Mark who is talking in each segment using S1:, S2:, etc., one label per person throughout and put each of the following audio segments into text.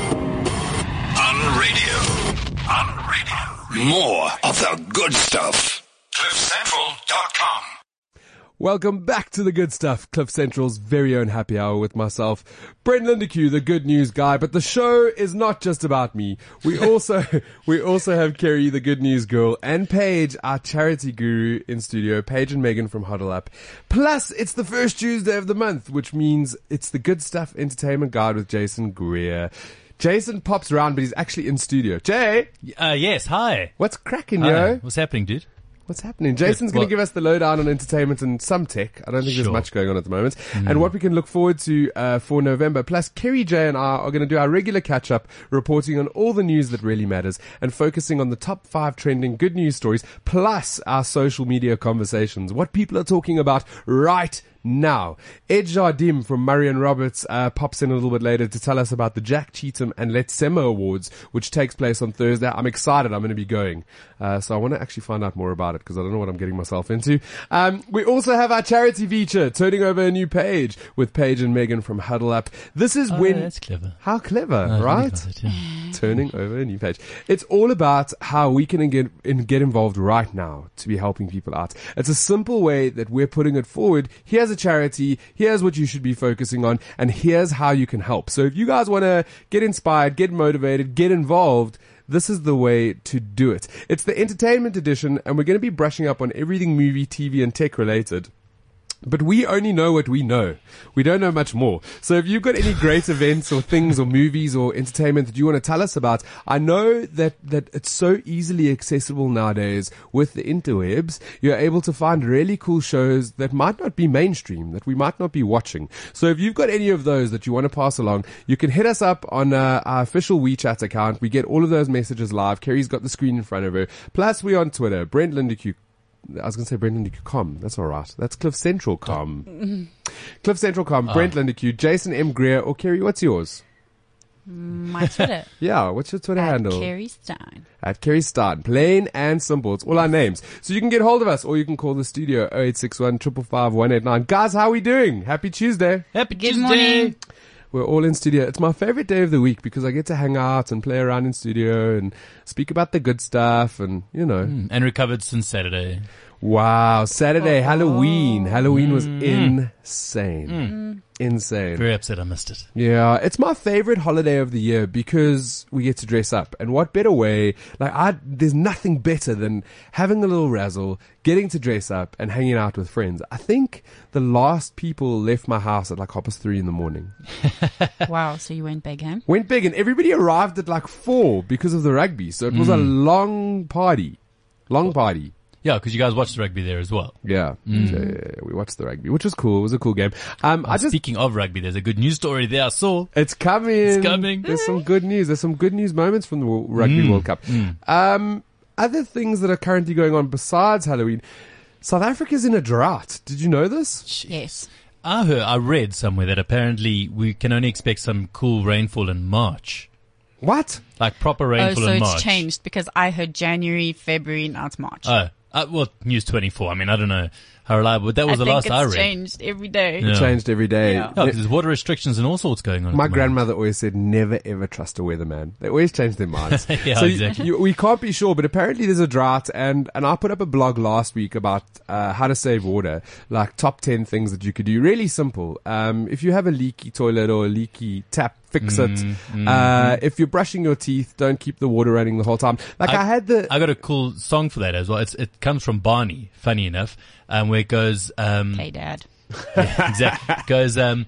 S1: On radio. On radio. More of the good stuff. CliffCentral.com.
S2: Welcome back to the good stuff, Cliff Central's very own happy hour with myself, Brent Lindekew, the good news guy. But the show is not just about me. We also we also have Kerry, the good news girl, and Paige, our charity guru in studio. Paige and Megan from Huddle Up. Plus, it's the first Tuesday of the month, which means it's the good stuff entertainment guide with Jason Greer. Jason pops around, but he's actually in studio. Jay,
S3: Uh, yes, hi.
S2: what's cracking,
S3: Hi.
S2: yo?
S3: What's happening, dude?
S2: What's happening? Jason's going
S3: Well-
S2: to give us the lowdown on entertainment and some tech. I don't think there's
S3: Sure. Hmm.
S2: much going on at the moment. And what we can look forward to uh, for November. Plus, Kerry J and I are going to do our regular catch up, reporting on all the news that really matters and focusing on the top five trending good news stories, plus our social media conversations. What people are talking about right now. Ed Jardim from Murray and Roberts uh, pops in a little bit later to tell us about the Jack Cheatham and Let Sema Awards, which takes place on Thursday. I'm excited. I'm going to be going. Uh, so I want to actually find out more about it because I don't know what I'm getting myself into. Um, we also have our charity feature, turning over a new page with Paige and Megan from Huddle Up. This is
S3: Oh,
S2: when...
S3: that's clever.
S2: How clever,
S3: I really
S2: right?
S3: got it, yeah.
S2: turning over a new page. It's all about how we can get and get involved right now to be helping people out. It's a simple way that we're putting it forward. Here's a charity. Here's what you should be focusing on, and here's how you can help. So if you guys want to get inspired, get motivated, get involved. This is the way to do it. It's the entertainment edition and we're going to be brushing up on everything movie, TV and tech related. But we only know what we know. We don't know much more. So if you've got any great events or things or movies or entertainment that you want to tell us about, I know that, that it's so easily accessible nowadays with the interwebs. You're able to find really cool shows that might not be mainstream, that we might not be watching. So if you've got any of those that you want to pass along, you can hit us up on uh, our official WeChat account. We get all of those messages live. Kerry's got the screen in front of her. Plus we're on Twitter, Brent Lindekew I was going to say Brent Lindekew.com. That's all right. That's Cliff Central.com. Cliff Central.com, Brent Lindekew, Jason M. Greer, or Kerry, what's yours?
S4: My Twitter.
S2: Yeah, what's your Twitter
S4: at
S2: handle?
S4: Carrie Stein.
S2: At Kerry Stein. Plain and simple. It's all our names. So you can get hold of us or you can call the studio 0861 555 189. Guys, how are we doing? Happy Tuesday.
S3: Happy
S4: Good
S3: Tuesday.
S4: morning.
S2: We're all in studio. It's my favorite day of the week because I get to hang out and play around in studio and speak about the good stuff and, you know.
S3: And recovered since Saturday.
S2: Wow, Saturday, Halloween. Halloween was insane. Mm. Insane.
S3: Very upset I missed it.
S2: Yeah, it's my favorite holiday of the year because we get to dress up. And what better way? Like, I, there's nothing better than having a little razzle, getting to dress up and hanging out with friends. I think the last people left my house at like half past three in the morning.
S4: Wow, so you went big, huh?
S2: Went big and everybody arrived at like four because of the rugby. So it was a long party. Long party.
S3: Yeah, because you guys watched the rugby there as well.
S2: Yeah.
S3: Mm.
S2: So, yeah, we watched the rugby, which was cool. It was a cool game. Um, I just,
S3: Speaking of rugby, there's a good news story there I saw.
S2: It's coming.
S3: It's coming. Mm.
S2: There's some good news. There's some good news moments from the Wo- Rugby World Cup. Um, other things that are currently going on besides Halloween. South Africa's in a drought. Did you know this?
S4: Yes.
S3: I heard, I read somewhere that apparently we can only expect some cool rainfall in March.
S2: What?
S3: Like proper
S4: Oh,
S3: rainfall
S4: so
S3: in
S4: it's
S3: March.
S4: changed because I heard January, February, now it's March.
S3: Oh, uh, well, News 24. I mean, I don't know how reliable, but that
S4: I
S3: was
S4: think
S3: the last
S4: it's
S3: I read.
S4: changed every day.
S3: Yeah.
S2: Changed every day.
S4: Yeah.
S3: No, 'cause there's water restrictions and all sorts going
S2: My
S3: on. at the moment.
S2: grandmother always said, never ever trust a weatherman. They always change their minds.
S3: Yeah,
S2: so you-
S3: exactly.
S2: you- we can't be sure, but apparently there's a drought. And, and I put up a blog last week about uh, how to save water, like top 10 things that you could do. Really simple. Um, if you have a leaky toilet or a leaky tap, fix
S3: Mm,
S2: it. Uh, if you're brushing your teeth, don't keep the water running the whole time. Like I, had the.
S3: I got a cool song for that as well. It's, it comes from Barney, funny enough, um, where it goes, um,
S4: Hey, Dad.
S3: exactly, goes, um,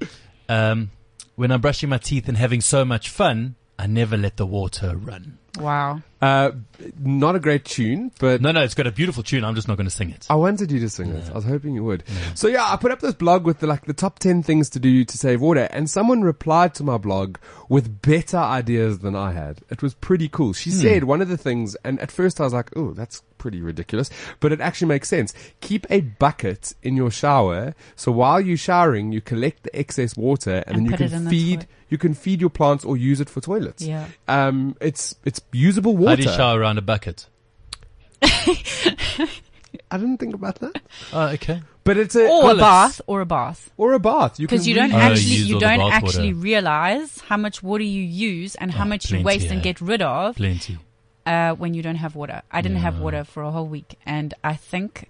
S3: um, when I'm brushing my teeth and having so much fun, I never let the water run.
S4: Wow.
S2: uh, not a great tune, but
S3: No, no, it's got a beautiful tune. I'm just not going to sing it.
S2: I wanted you to sing it. I was hoping you would. So yeah, I put up this blog with the, like the top 10 things to do to save water and someone replied to my blog with better ideas than I had. It was pretty cool.
S4: Hmm.
S2: She said one of the things and at first I was like, oh, that's pretty ridiculous, but it actually makes sense. Keep a bucket in your shower. So while you're showering, you collect the excess water and,
S4: And
S2: then
S4: put
S2: you
S4: it in
S2: can
S4: the
S2: feed,
S4: toi-
S2: you can feed your plants or use it for toilets.
S4: Yeah.
S2: Um, it's, it's usable water.
S3: How do you shower around a bucket?
S2: I didn't think about that.
S3: Oh, okay.
S2: But it's a
S4: Or a
S3: Olives.
S4: bath, or a bath.
S2: or a bath. You
S4: Because
S2: can
S4: you don't
S2: really-
S3: Oh,
S4: actually
S3: use
S4: you
S3: all the
S4: don't
S3: bath
S4: actually
S3: water.
S4: realize how much water you use and how
S3: Oh,
S4: much
S3: plenty,
S4: you waste and
S3: eh?
S4: get rid of
S3: Plenty.
S4: uh, when you don't have water. I didn't have
S3: Yeah.
S4: water for a whole week, and I think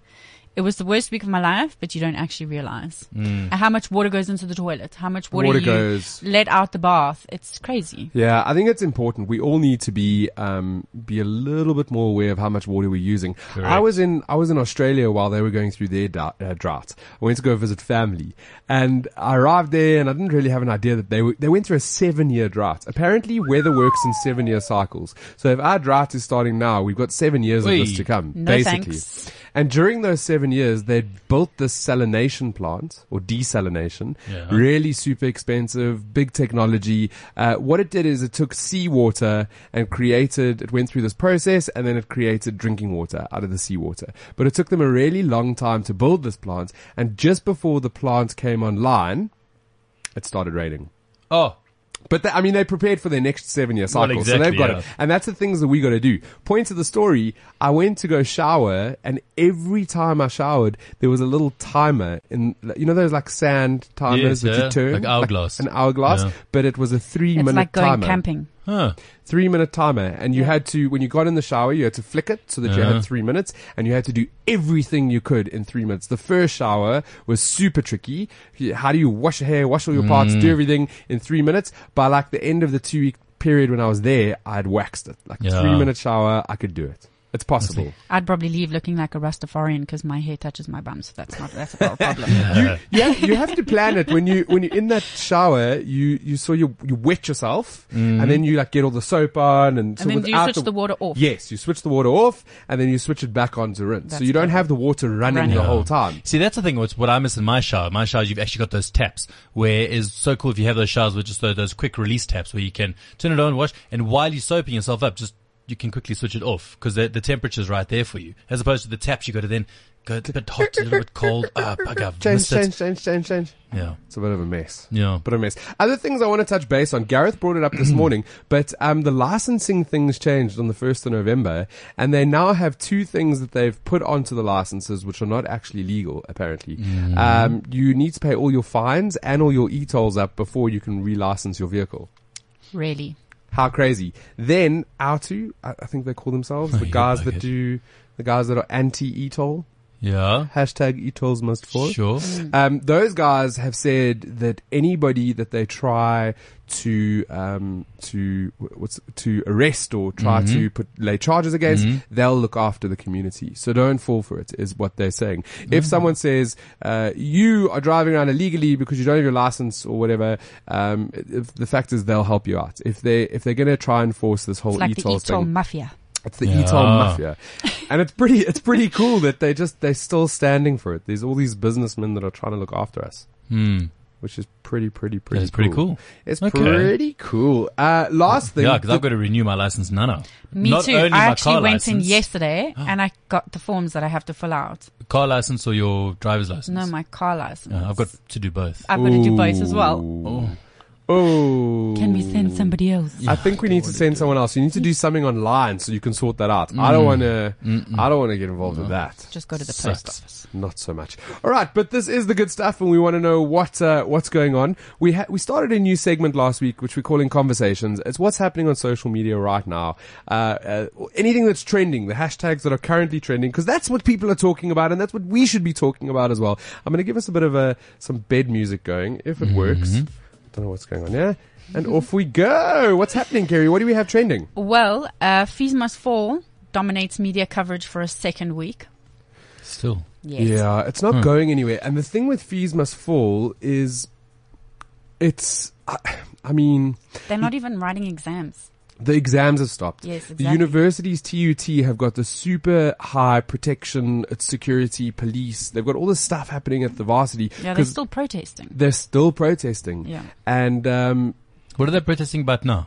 S4: it was the worst week of my life. But you don't actually realize
S3: Mm.
S4: And how much water goes into the toilet, how much water,
S2: Water
S4: you
S2: goes.
S4: let out the bath. It's crazy.
S2: Yeah, I think it's important. We all need to be um, be a little bit more aware of how much water we're using. I was in I was in Australia while they were going through their dou- uh, drought. I went to go visit family, and I arrived there, and I didn't really have an idea that they were, they went through a seven year drought. Apparently, weather works in seven year cycles. So if our drought is starting now, we've got seven years
S3: Wee.
S2: of this to come,
S4: No
S2: basically.
S4: thanks.
S2: And during those seven years, they built this salination plant or desalination.
S3: Yeah.
S2: Really super expensive, big technology. Uh, what it did is it took seawater and created, it went through this process and then it created drinking water out of the seawater. But it took them a really long time to build this plant. And just before the plant came online, it started raining.
S3: Oh,
S2: But th I mean, they prepared for their next seven year cycle, so
S3: exactly,
S2: they've got
S3: yeah.
S2: it. And that's the things that we got to do. Point to the story. I went to go shower, and every time I showered, there was a little timer in, you know, those like sand timers
S3: Yes,
S2: that
S3: yeah,
S2: you turn,
S3: like hourglass.
S2: an hourglass.
S3: Yeah.
S2: But it was a three
S4: It's
S2: minute
S4: like going
S2: timer,
S4: camping.
S3: huh.
S2: three minute timer, and you had to when you got in the shower, you had to flick it so that you
S3: Uh-huh.
S2: had three minutes, and you had to do everything you could in three minutes. The first shower was super tricky. How do you wash your hair, wash all your parts,
S3: Mm.
S2: do everything in three minutes? By like the end of the two week period when I was there, I had waxed it. Like
S3: Yeah.
S2: a three minute shower, I could do it. It's possible.
S4: I'd probably leave looking like a Rastafarian because my hair touches my bum, so that's not that's not a problem.
S2: you, you, have, you have to plan it when you when you're in that shower. You you so you you wet yourself, and then you like get all the soap on, and, so
S4: and then do you
S2: without
S4: switch the, water off?
S2: Yes, you switch the water off and then you switch it back on to rinse. so
S4: That's
S2: you don't
S4: clever.
S2: have the water running,
S4: Running.
S2: the
S4: Yeah.
S2: whole time.
S3: See, that's the thing. What's what I miss in my shower. My showers, you've actually got those taps, where is so cool if you have those showers with just those, those quick release taps where you can turn it on, wash, and while you're soaping yourself up, just you can quickly switch it off because the, the temperature's right there for you. As opposed to the taps, you got to then go a bit hot, a little bit cold. Ah, bugger, I've
S2: Change,
S3: missed it.
S2: change, change, change, change.
S3: Yeah,
S2: It's a bit of a mess.
S3: yeah.
S2: Bit of a mess. Other things I want to touch base on. Gareth brought it up this morning, but um, the licensing things changed on the 1st of November, and they now have two things that they've put onto the licenses which are not actually legal, apparently. Um, you need to pay all your fines and all your e tolls up before you can relicense your vehicle.
S4: Really?
S2: How crazy! Then Auto, I I think they call themselves the
S3: yeah,
S2: guys that
S3: bugger.
S2: do the guys that are anti etol
S3: yeah.
S2: hashtag etols must fall.
S3: Sure.
S4: Mm.
S2: Um, those guys have said that anybody that they try to um, to what's to arrest or try
S4: Mm-hmm.
S2: to put lay charges against, they'll look after the community. So don't fall for it, is what they're saying.
S4: Mm-hmm.
S2: If someone says uh, you are driving around illegally because you don't have your license or whatever, um, if, the fact is they'll help you out. If they if they're going to try and enforce this whole
S4: It's
S3: E
S4: like the E
S2: etol
S4: Etol
S2: thing,
S4: mafia.
S2: it's the
S3: Yeah.
S2: Etol Mafia, and it's pretty. It's pretty cool that they just they're still standing for it. There's all these businessmen that are trying to look after us,
S3: Hmm.
S2: which is pretty, pretty, pretty.
S3: That is pretty cool.
S2: It's
S3: Okay.
S2: pretty cool. Uh, last thing,
S3: Yeah, because
S2: the-
S3: I've got to renew my license now. now.
S4: Me
S3: Not
S4: too.
S3: Only my
S4: I actually
S3: car
S4: went in
S3: license, Oh.
S4: yesterday and I got the forms that I have to fill out.
S3: Car license or your driver's license?
S4: No, my Ah. car license.
S3: Yeah, I've got to do both.
S4: I've got to do both as well.
S2: Oh,
S4: Can we send somebody else?
S2: I think we need to send someone else. You need to do something online so you can sort that out. I
S3: Mm.
S2: don't want to. I don't want to get involved with that.
S4: Just go to the
S3: Sucks.
S4: post office.
S2: Not so much. All right, but this is the good stuff, and we want to know what uh, what's going on. We ha- we started a new segment last week, which we're calling conversations. It's what's happening on social media right now. Uh, uh, anything that's trending, the hashtags that are currently trending, because that's what people are talking about, and that's what we should be talking about as well. I'm going to give us a bit of a some bed music going, if it works. Don't know what's going on here, and off we go. What's happening, Kerry? What do we have trending?
S4: Well, uh, fees must fall dominates media coverage for a second week.
S3: Still.
S4: Yes.
S2: Yeah, it's not going anywhere. And the thing with fees must fall is, it's. I, I mean,
S4: They're not even writing exams.
S2: the exams have stopped.
S4: Yes,
S2: The
S4: exactly.
S2: universities TUT have got the super high protection, it's security, police. They've got all this stuff happening at the varsity
S4: Yeah, they're
S2: because
S4: still protesting.
S2: they're still protesting.
S4: Yeah.
S2: And um,
S3: What are they protesting about now?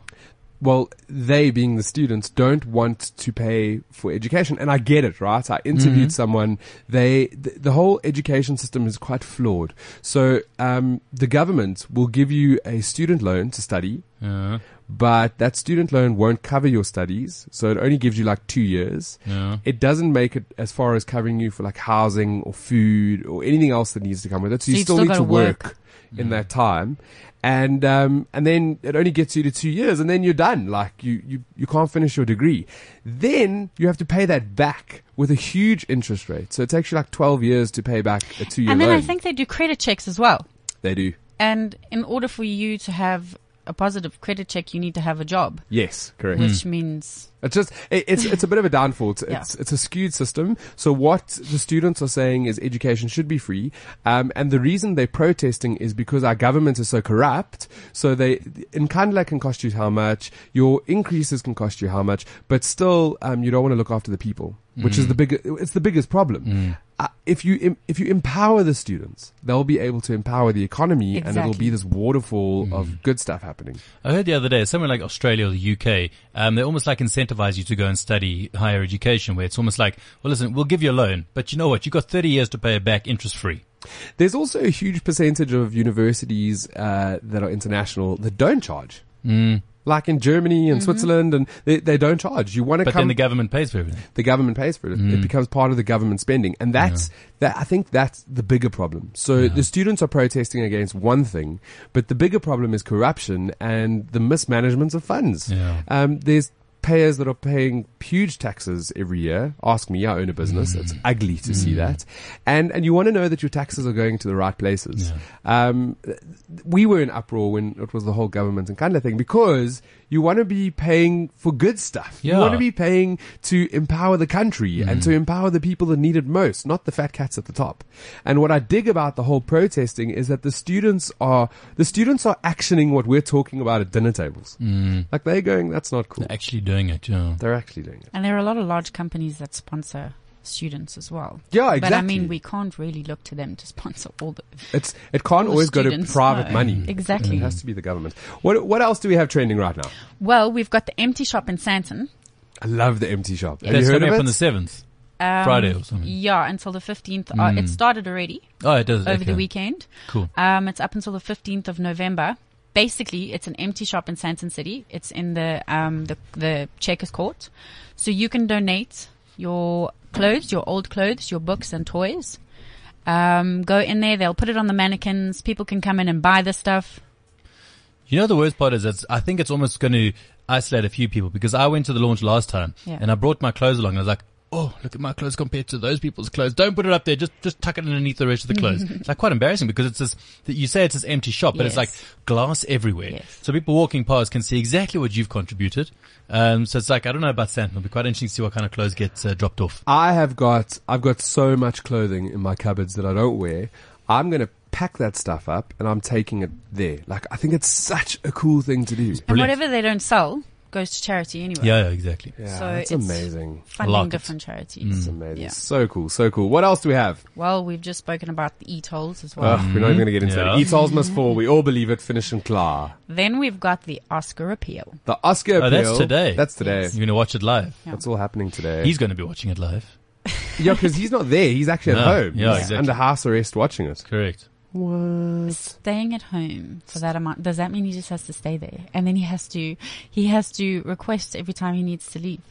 S2: well, they being the students don't want to pay for education. And I get it, right? I interviewed someone. They, th- the whole education system is quite flawed. So, um, the government will give you a student loan to study,
S3: Yeah.
S2: but that student loan won't cover your studies. So it only gives you like two years.
S3: Yeah.
S2: It doesn't make it as far as covering you for like housing or food or anything else that needs to come with it. So, you
S4: you've
S2: still,
S4: still
S2: need
S4: gotta
S2: to work,
S4: work.
S2: in that time. And, um, and then it only gets you to two years and then you're done. Like you, you, you can't finish your degree. Then you have to pay that back with a huge interest rate. So it takes you like 12 years to pay back a two year
S4: and then
S2: loan.
S4: I think they do credit checks as well.
S2: they do.
S4: And in order for you to have a positive credit check, you need to have a job,
S2: Yes, correct.
S4: which means
S2: It's just it, it's it's a bit of a downfall. It's,
S4: Yeah.
S2: it's it's a skewed system. So what the students are saying is education should be free, um, and the reason they're protesting is because our government is so corrupt. So they in Kandla can cost you how much, your increases can cost you how much, but still um, you don't want to look after the people, which is the big it's the biggest problem. Uh, if you im- if you empower the students, they'll be able to empower the economy, and it'll
S4: Exactly.
S2: be this waterfall of good stuff happening.
S3: I heard the other day, somewhere like Australia or the UK, um, they almost like incentivize you to go and study higher education, where it's almost like, well, listen, we'll give you a loan, but you know what? You've got 30 years to pay it back interest free.
S2: There's also a huge percentage of universities uh, that are international that don't charge.
S3: Mm.
S2: Like in Germany and Switzerland, and they, they don't charge. You want to
S3: But
S2: come,
S3: then the government pays for everything.
S2: the government pays for it. It becomes part of the government spending, and that's that. I think that's the bigger problem. So the students are protesting against one thing, but the bigger problem is corruption and the mismanagement of funds.
S3: Yeah.
S2: Um, there's payers that are paying huge taxes every year. Ask me, I own a business. It's ugly to see that, and and you want to know that your taxes are going to the right places. Um, th- we were in uproar when it was the whole government and kind of thing because you want to be paying for good stuff. You
S3: Yeah. Mm.
S2: want to be paying to empower the country and to empower the people that need it most, not the fat cats at the top. And what I dig about the whole protesting is that the students are the students are actioning what we're talking about at dinner tables.
S3: Mm.
S2: Like they're going, that's not cool.
S3: Actually doing it, yeah.
S2: They're actually doing it.
S4: and there are a lot of large companies that sponsor students as well.
S2: Yeah, exactly.
S4: But I mean, we can't really look to them to sponsor all the
S2: it's it can't
S4: all the
S2: always go to
S4: students,
S2: private
S4: no.
S2: money. Mm.
S4: Exactly.
S2: It has to be the government. What what else do we have trending right now?
S4: Well, we've got the empty shop in Santon.
S2: I love the empty shop. Have
S3: That's
S2: you heard
S3: coming
S2: of
S3: up
S2: it?
S3: on the 7th.
S4: Um,
S3: Friday or something.
S4: Yeah, until the 15th. Uh, it started already
S3: Oh, it does.
S4: over
S3: okay.
S4: the weekend.
S3: Cool.
S4: Um, it's up until the 15th of November. Basically, it's an empty shop in Santon City. It's in the, um, the, the Checkers Court. So you can donate your clothes, your old clothes, your books and toys. Um, go in there. They'll put it on the mannequins. People can come in and buy the stuff.
S3: You know, the worst part is it's, I think it's almost going to isolate a few people because I went to the launch last time
S4: Yeah.
S3: and I brought my clothes along and I was like, Oh, look at my clothes compared to those people's clothes. Don't put it up there. Just, just tuck it underneath the rest of the clothes. it's like quite embarrassing because it's this, that you say it's this empty shop, but it's like
S4: Yes.
S3: glass everywhere.
S4: Yes.
S3: So people walking past can see exactly what you've contributed. Um, so it's like, I don't know about Sam. It'll be quite interesting to see what kind of clothes get uh, dropped off.
S2: I have got I've got so much clothing in my cupboards that I don't wear. I'm gonna pack that stuff up and I'm taking it there. Like I think it's such a cool thing to do.
S3: Brilliant.
S4: And whatever they don't sell goes to charity anyway.
S3: Yeah, yeah, exactly.
S2: Yeah,
S4: So
S2: that's
S4: it's-
S2: amazing.
S4: Funding
S3: Like it.
S4: different charities.
S2: It's
S3: Mm.
S2: amazing.
S4: Yeah.
S2: So cool, so cool. What else do we have?
S4: Well, we've just spoken about the e-tolls
S3: Uh,
S4: as well.
S2: Ugh, We're not even going to get into
S3: Mm-hmm. Yeah.
S2: that. Etols must fall. We all believe it. Finish and claw.
S4: Then we've got the Oscar appeal.
S2: The Oscar
S3: Oh, that's
S2: appeal-
S3: today.
S2: That's today.
S3: You're going to watch it live.
S2: That's all happening today.
S3: He's going to be watching it live.
S2: yeah, because he's not there. He's actually at
S3: No.
S2: home.
S3: Yeah,
S2: He's
S3: exactly.
S2: Under house arrest, watching it.
S3: Correct.
S2: What?
S4: Staying at home for that amount, does that mean he just has to stay there? And then he has to, he has to request every time he needs to leave.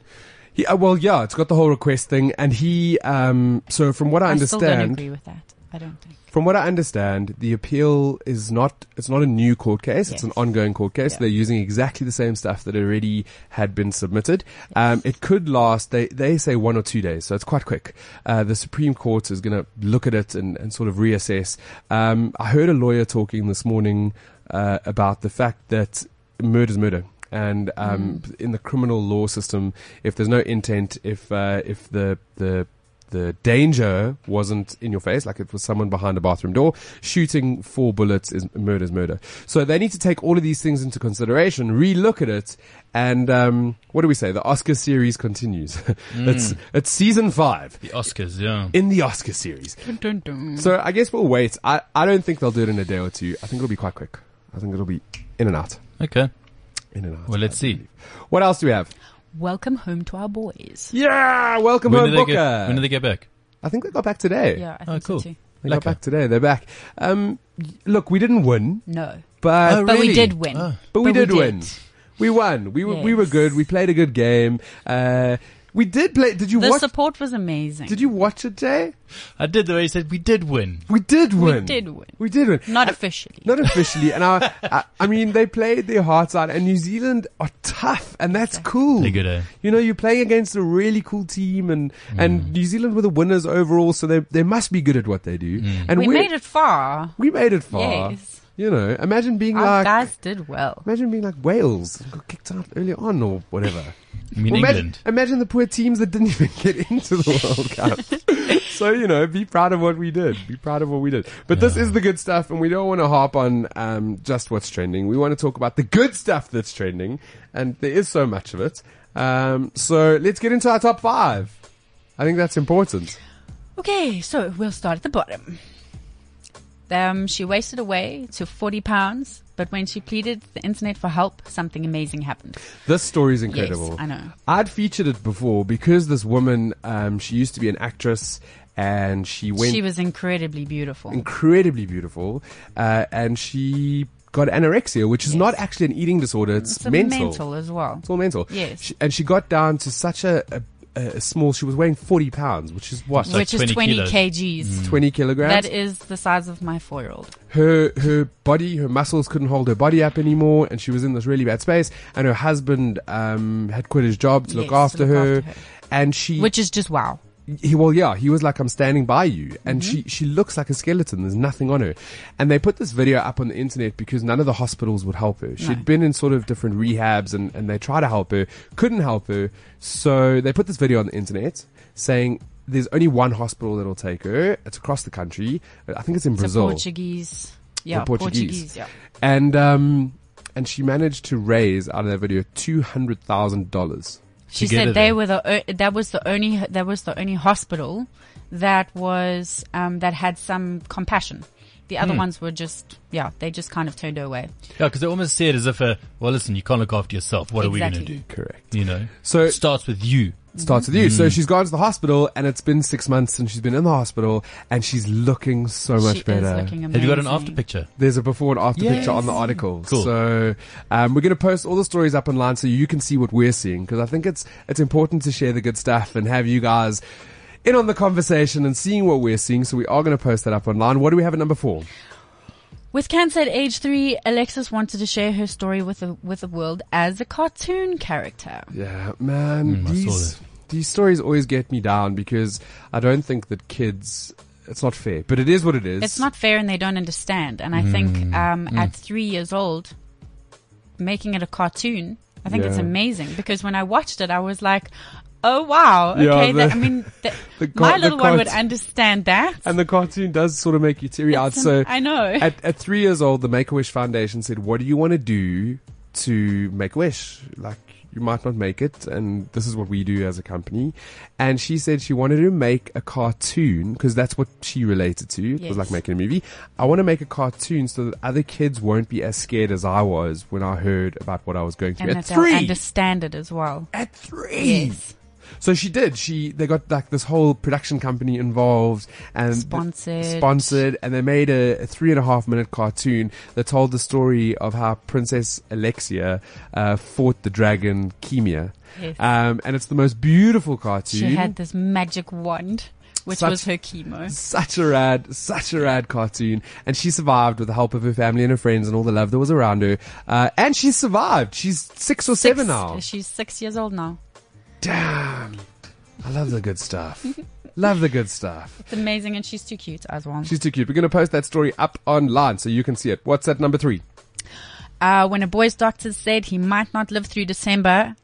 S2: He, uh, well, yeah, it's got the whole request thing, and he. Um, so from what I,
S4: still don't
S2: understand,
S4: agree with that. I don't think.
S2: From what I understand, the appeal is not, it's not a new court case. It's
S4: Yes.
S2: an ongoing court case.
S4: Yeah.
S2: They're using exactly the same stuff that already had been submitted. Um, it could last, they, they say one or two days. So it's quite quick. Uh, the Supreme Court is going to look at it and, and sort of reassess. Um, I heard a lawyer talking this morning, uh, about the fact that murder is murder. And um, in the criminal law system, if there's no intent, if uh, if the the the danger wasn't in your face, like it was someone behind a bathroom door. Shooting four bullets is murder is murder. So they need to take all of these things into consideration, relook at it, and um, what do we say? The Oscar series continues. it's it's season five
S3: The Oscars, yeah.
S2: in the Oscar series. So I guess we'll wait. I, I don't think they'll do it in a day or two. I think it'll be quite quick. I think it'll be in and out.
S3: Okay.
S2: in and out.
S3: Well, let's see.
S2: What else do we have?
S4: Welcome home to our boys.
S2: Yeah, welcome
S3: When do
S2: home,
S3: they
S2: Booker.
S3: get? When do they get back?
S2: I think they got back today.
S4: Yeah, I
S3: Oh,
S4: think
S3: cool.
S4: so too.
S2: They got
S3: Lekker.
S2: back today. They're back. Um, y- look, we didn't win,
S4: No.
S2: but
S3: Oh,
S4: But
S3: Really?
S4: we did win.
S3: Oh.
S2: Ah. but we did win. We won. We were, we were
S4: Yes.
S2: good. We played a good game. Uh, we did play. Did you
S4: The
S2: watch?
S4: support was amazing.
S2: did you watch it, Jay?
S3: I did the way you said we did win.
S2: We did win.
S4: did win.
S2: We did win.
S4: Not officially.
S2: Not officially. and I, I, I mean, they played their hearts out, and New Zealand are tough, and that's cool.
S3: They're good, eh?
S2: You know, you're playing against a really cool team, and, and New Zealand were the winners overall, so they, they must be good at what they do. And
S4: we
S2: we're-
S4: made it far.
S2: We made it far.
S4: Yes.
S2: You know, imagine being
S4: Our
S2: like
S4: guys did well.
S2: imagine being like Wales, got kicked out early on or whatever.
S3: I mean,
S2: Well, imagine,
S3: England.
S2: imagine the poor teams that didn't even get into the World Cup. so you know, be proud of what we did. Be proud of what we did. But this is the good stuff, and we don't want to harp on um, just what's trending. We want to talk about the good stuff that's trending, and there is so much of it. Um, so let's get into our top five. I think that's important.
S4: Okay, so we'll start at the bottom. Um, she wasted away to 40 pounds, but when she pleaded the internet for help, something amazing happened.
S2: This story is incredible.
S4: Yes, I know.
S2: I'd featured it before because this woman, um, she used to be an actress and she went
S4: she was incredibly beautiful.
S2: incredibly beautiful uh, and she got anorexia, which is not actually an eating disorder. It's,
S4: it's a
S2: mental.
S4: mental. as well.
S2: It's all mental.
S4: Yes.
S2: She, and she got down to such a, a, a small, she was weighing 40 pounds, which is what?
S3: like
S4: which is
S3: 20
S4: 20
S3: kilos.
S4: kgs.
S2: 20 kilograms.
S4: That is the size of my four year old.
S2: her her body, her muscles couldn't hold her body up anymore, and she was in this really bad space. And her husband um, had quit his job to
S4: Yes,
S2: look after
S4: to look
S2: her.
S4: after her.
S2: And she,
S4: Which is just wow.
S2: he, well, yeah, he was like, "I'm standing by you," and
S4: Mm-hmm.
S2: she she looks like a skeleton. There's nothing on her, and they put this video up on the internet because none of the hospitals would help her. She'd been in sort of different rehabs, and and they try to help her, couldn't help her, so they put this video on the internet saying. There's only one hospital that'll take her. It's across the country. I think it's in
S4: It's
S2: Brazil.
S4: a Portuguese. Yeah,
S2: Or Portuguese.
S4: yeah.
S2: And um, and she managed to raise out of that video two hundred thousand dollars.
S4: She
S3: Together
S4: said they
S3: then.
S4: were the o- that was the only that was the only hospital that was um, that had some compassion. The
S3: Hmm.
S4: other ones were just yeah, they just kind of turned her away.
S3: Yeah, because they almost see it as if, uh, well, listen, you can't look after yourself. What are we going
S4: Exactly.
S3: to
S2: Correct.
S3: do? You know,
S2: So-
S3: it starts with you.
S2: Starts with you.
S3: Mm.
S2: So she's gone to the hospital, and it's been six months since she's been in the hospital, and she's looking so much
S4: she
S2: better.
S4: is looking amazing.
S3: Have you got an after picture?
S2: There's a before and after
S3: Yes.
S2: picture on the article.
S3: Cool.
S2: So um, we're going to post all the stories up online so you can see what we're seeing because I think it's it's important to share the good stuff and have you guys in on the conversation and seeing what we're seeing. So we are going to post that up online. What do we have at number four?
S4: With cancer at age three, Alexis wanted to share her story with the with the world as a cartoon character.
S2: Yeah, man,
S3: Mm, I saw
S2: these
S3: that.
S2: these stories always get me down because I don't think that kids. It's not fair, but it is what it is.
S4: It's not fair, and they don't understand. And I
S2: Mm.
S4: think um, at three years old, making it a cartoon, I think it's
S2: Yeah.
S4: amazing because when I watched it, I was like, "Oh wow, okay."
S2: Yeah,
S4: that,
S2: the-
S4: I mean, the,
S2: the car-
S4: my
S2: the
S4: little one would
S2: cart-
S4: understand that.
S2: And the cartoon does sort of make you teary out.
S4: It's
S2: So
S4: an- I know.
S2: At, at three years old, the Make a Wish Foundation said, "What do you want to do to make a wish? Like you might not make it, and this is what we do as a company." And she said she wanted to make a cartoon because that's what she related to. It was
S4: Yes.
S2: like making a movie. I want to make a cartoon so that other kids won't be as scared as I was when I heard about what I was going through
S4: and
S2: at
S4: that
S2: three.
S4: they'll understand it as well.
S2: at three. So she did. She they got like this whole production company involved and
S4: Sponsored.
S2: sponsored, and they made a, a three and a half minute cartoon that told the story of how Princess Alexia uh, fought the dragon Chemia.
S4: Yes.
S2: Um, and it's the most beautiful cartoon.
S4: She had this magic wand, which
S2: Such-
S4: was her chemo.
S2: such a rad, such a rad cartoon, and she survived with the help of her family and her friends and all the love that was around her. Uh, and she survived. She's six or seven
S4: Six-
S2: now.
S4: She's six years old now.
S2: Damn, I love the good stuff. love the good stuff.
S4: It's amazing, and she's too cute as well.
S2: She's too cute. We're going to post that story up online so you can see it. What's at number three?
S4: Uh, when a boy's doctor said he might not live through December,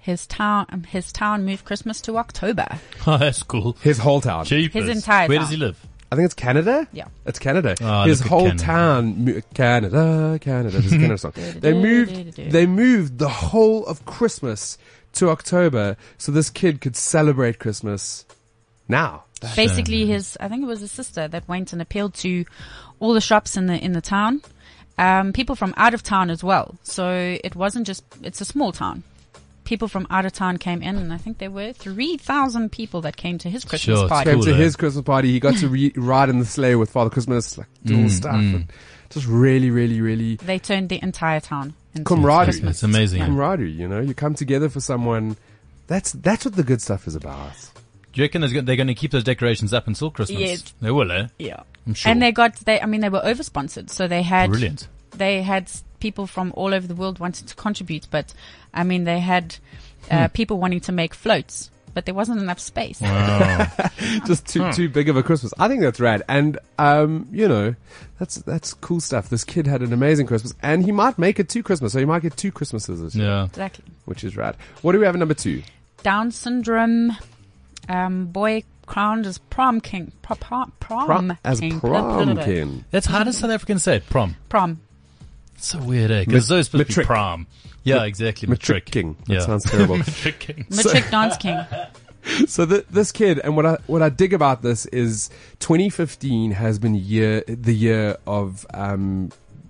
S4: his town um, his town moved Christmas to October.
S3: Oh, that's cool.
S2: His whole town.
S3: Jeepers.
S4: entire
S3: Where
S4: town.
S3: does he live?
S2: I think it's Canada.
S4: Yeah.
S2: It's Canada.
S3: Ah,
S2: His
S3: look at
S2: whole
S3: Canada.
S2: town, mo- Canada, Canada. There's a Canada song. They moved. They moved the whole of Christmas to October so this kid could celebrate Christmas now.
S4: Basically, his I think it was his sister that went and appealed to all the shops in the in the town, um, people from out of town as well. So it wasn't just, it's a small town. People from out of town came in and I think there were 3,000 people that came to his Christmas
S3: Sure, it's
S4: party.
S2: Came
S3: Cool,
S2: to
S3: though.
S2: his Christmas party. He got to re- ride in the sleigh with Father Christmas, like do all
S3: Mm,
S2: the stuff, and just really, really, really
S4: They turned the entire town into
S2: Camaraderie.
S4: Christmas.
S3: It's amazing.
S4: Yeah.
S2: camaraderie. You know, you come together for someone. That's that's what the good stuff is about.
S3: Do you reckon there's go- they're going to keep those decorations up until Christmas?
S4: Yes.
S3: They will, eh?
S4: Yeah.
S3: I'm sure.
S4: And they got, they, I mean, they were over sponsored. So they had,
S3: Brilliant.
S4: they had s- people from all over the world wanting to contribute, but I mean, they had
S2: Hmm.
S4: uh, people wanting to make floats, but there wasn't enough space.
S3: Wow.
S2: Just
S3: Hmm.
S2: too too big of a Christmas. I think that's rad, and um, you know, that's that's cool stuff. This kid had an amazing Christmas, and he might make it to Christmas, so he might get two Christmases, this year,
S3: yeah.
S4: Exactly.
S2: which is rad. What do we have at number two?
S4: Down syndrome, um, boy crowned as prom king. Pro- pro- prom,
S2: Prom, as
S4: king.
S2: prom king.
S3: That's how does South Africans say it? Prom.
S4: Prom.
S3: It's so weird, eh? Because those supposed to
S2: matric.
S3: be prom. Yeah, exactly.
S2: Matric
S3: Matric.
S2: king. That
S3: Yeah.
S2: sounds terrible.
S3: Matric king.
S4: Matric dance king.
S2: So th this kid, and what I what I dig about this is 2015 has been year the year of um,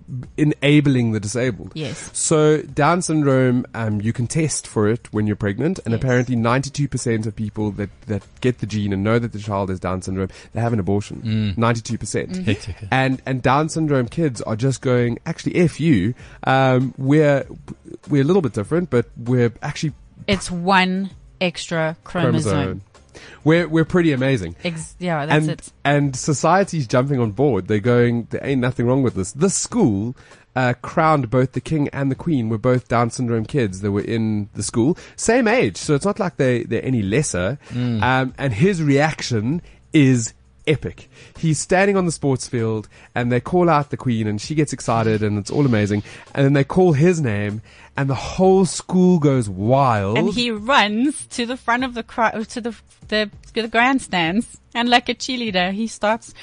S2: b- enabling the disabled.
S4: Yes.
S2: So Down syndrome, um, you can test for it when you're pregnant, and
S4: Yes.
S2: apparently 92% of people that that get the gene and know that the child has Down syndrome, they have an abortion. 92%.
S4: Mm-hmm.
S3: Hectic. eh?
S2: And and Down syndrome kids are just going. Actually, f you. Um, we're we're a little bit different, but we're actually
S4: It's one extra chromosome.
S2: chromosome. We're we're pretty amazing.
S4: Ex- yeah, that's
S2: and
S4: it.
S2: and society's jumping on board. They're going. There ain't nothing wrong with this. This school uh, crowned both the king and the queen were both Down syndrome kids that were in the school, same age. So it's not like they they're any lesser. Um, and his reaction is. Epic. He's standing on the sports field and they call out the queen and she gets excited and it's all amazing. And then they call his name and the whole school goes wild.
S4: And he runs to the front of the cro- to the, the to the grandstands, and like a cheerleader, he starts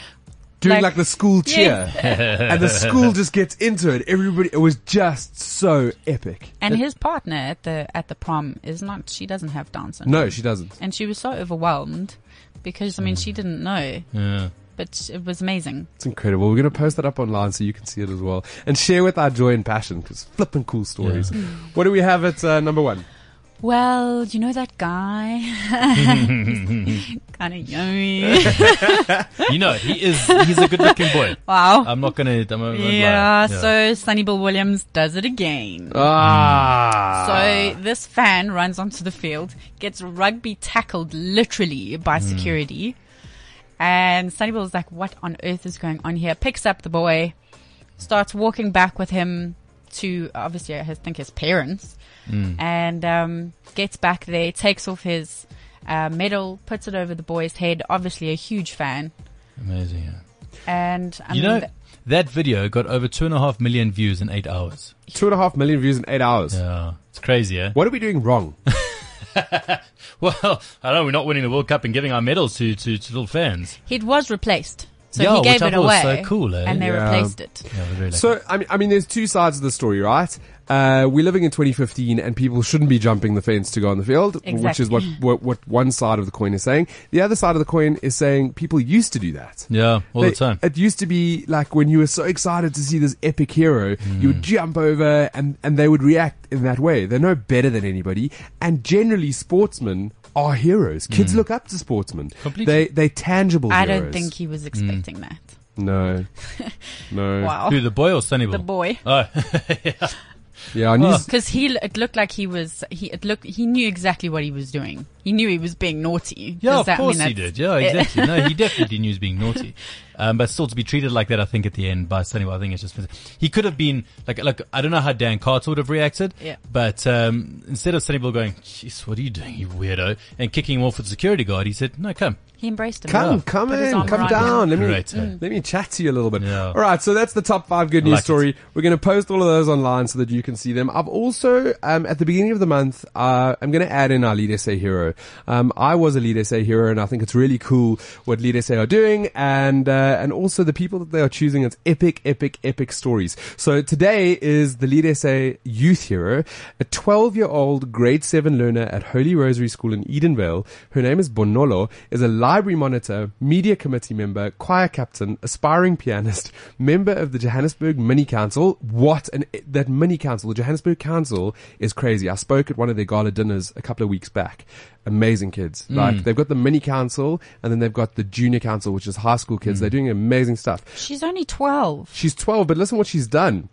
S2: doing like,
S4: Like-
S2: the school cheer.
S4: Yes.
S2: and the school just gets into it. Everybody, it was just so epic.
S4: And his partner at the at the prom is not. She doesn't have Down syndrome,
S2: No, she doesn't.
S4: and she was so overwhelmed because I mean she didn't know,
S3: Yeah.
S4: but it was amazing.
S2: It's incredible. We're going to post that up online so you can see it as well and share with our joy and passion because flipping cool stories. What do we have at uh, number one?
S4: Well, you know that guy, kind of yummy.
S3: You know, he is, he's a good looking boy.
S4: Wow.
S3: I'm not going to, I'm not gonna lie.
S4: yeah, So Sunny Bill Williams does it again.
S2: Ah,
S4: So this fan runs onto the field, gets rugby tackled literally by
S3: Hmm.
S4: security. And Sunny Bill's like, what on earth is going on here? Picks up the boy, starts walking back with him to obviously I his- think his parents
S3: Hmm.
S4: and um, gets back there, takes off his uh, medal, puts it over the boy's head. Obviously a huge fan.
S3: Amazing, yeah.
S4: And I
S3: you
S4: mean,
S3: know,
S4: th-
S3: that video got over two and a half million views in eight hours.
S2: two and a half million views in eight hours.
S3: Yeah. It's crazy, eh?
S2: What are we doing wrong?
S3: Well, I don't know. We're not winning the World Cup and giving our medals to, to, to little fans.
S4: it was replaced. So
S3: Yeah,
S4: he
S3: which
S4: gave
S3: I
S4: it
S3: thought was
S4: away.
S3: so cool, eh?
S4: And they
S2: Yeah.
S4: replaced it.
S3: Yeah, we're very lucky.
S2: So, I mean, I mean, there's two sides of the story, right? Uh, we're living in 2015 and people shouldn't be jumping the fence to go on the field, which is what,
S4: Exactly.
S2: what, what one side of the coin is saying. The other side of the coin is saying people used to do that.
S3: yeah, all the
S2: They-
S3: time.
S2: It used to be like when you were so excited to see this epic hero, you
S3: Mm.
S2: would jump over and, and they would react in that way. They're no better than anybody. And generally, sportsmen are heroes. Kids look up to sportsmen.
S3: Mm. Completely.
S2: They, they tangible
S4: I
S2: heroes.
S4: don't think he
S3: Hmm.
S4: was expecting that.
S2: No. No.
S4: Wow.
S3: Who, the boy or Sunny
S4: the
S3: Bill?
S4: boy
S3: Oh,
S2: Yeah, I knew
S4: because he l- it looked like he was he it looked he knew exactly what he was doing he knew he was being naughty
S3: yeah,
S4: Does
S3: of
S4: that mean
S3: course he
S4: that's-
S3: did. Yeah, exactly. no, he definitely knew he was being naughty. Um, but still to be treated like that, I think at the end by Sunny Bill, I think it's just, he could have been like, like, I don't know how Dan Carter would have reacted.
S4: Yeah.
S3: But, um, instead of Sunny Bill going, jeez, what are you doing, you weirdo? And kicking him off with the security guard, he said, no, come.
S4: he embraced him
S2: Come,
S3: Yeah.
S2: come
S4: Put his
S2: in,
S4: arm
S2: come
S4: around
S2: down. Let me
S3: Great, eh?
S2: let me chat to you a little bit.
S3: Yeah.
S2: All right, so that's the top five good
S3: I
S2: news
S3: like it.
S2: story. We're going to post all of those online so that you can see them. I've also um, at the beginning of the month, uh, I'm going to add in our Lead SA hero. Um, I was a Lead SA hero, and I think it's really cool what Lead SA are doing, and uh, and also the people that they are choosing. It's epic, epic, epic stories. So today is the Lead SA youth hero, a 12 year old grade seven learner at Holy Rosary School in Edenvale. Her name is Bonolo. Is a life library monitor, media committee member, choir captain, aspiring pianist, member of the Johannesburg Mini Council. What an, that mini council, the Johannesburg Council is crazy. I spoke at one of their gala dinners a couple of weeks back. Amazing kids. Like they've got the mini council and then they've got the junior council, which is high school kids. They're doing amazing stuff.
S4: She's only 12.
S2: She's 12, but listen what she's done.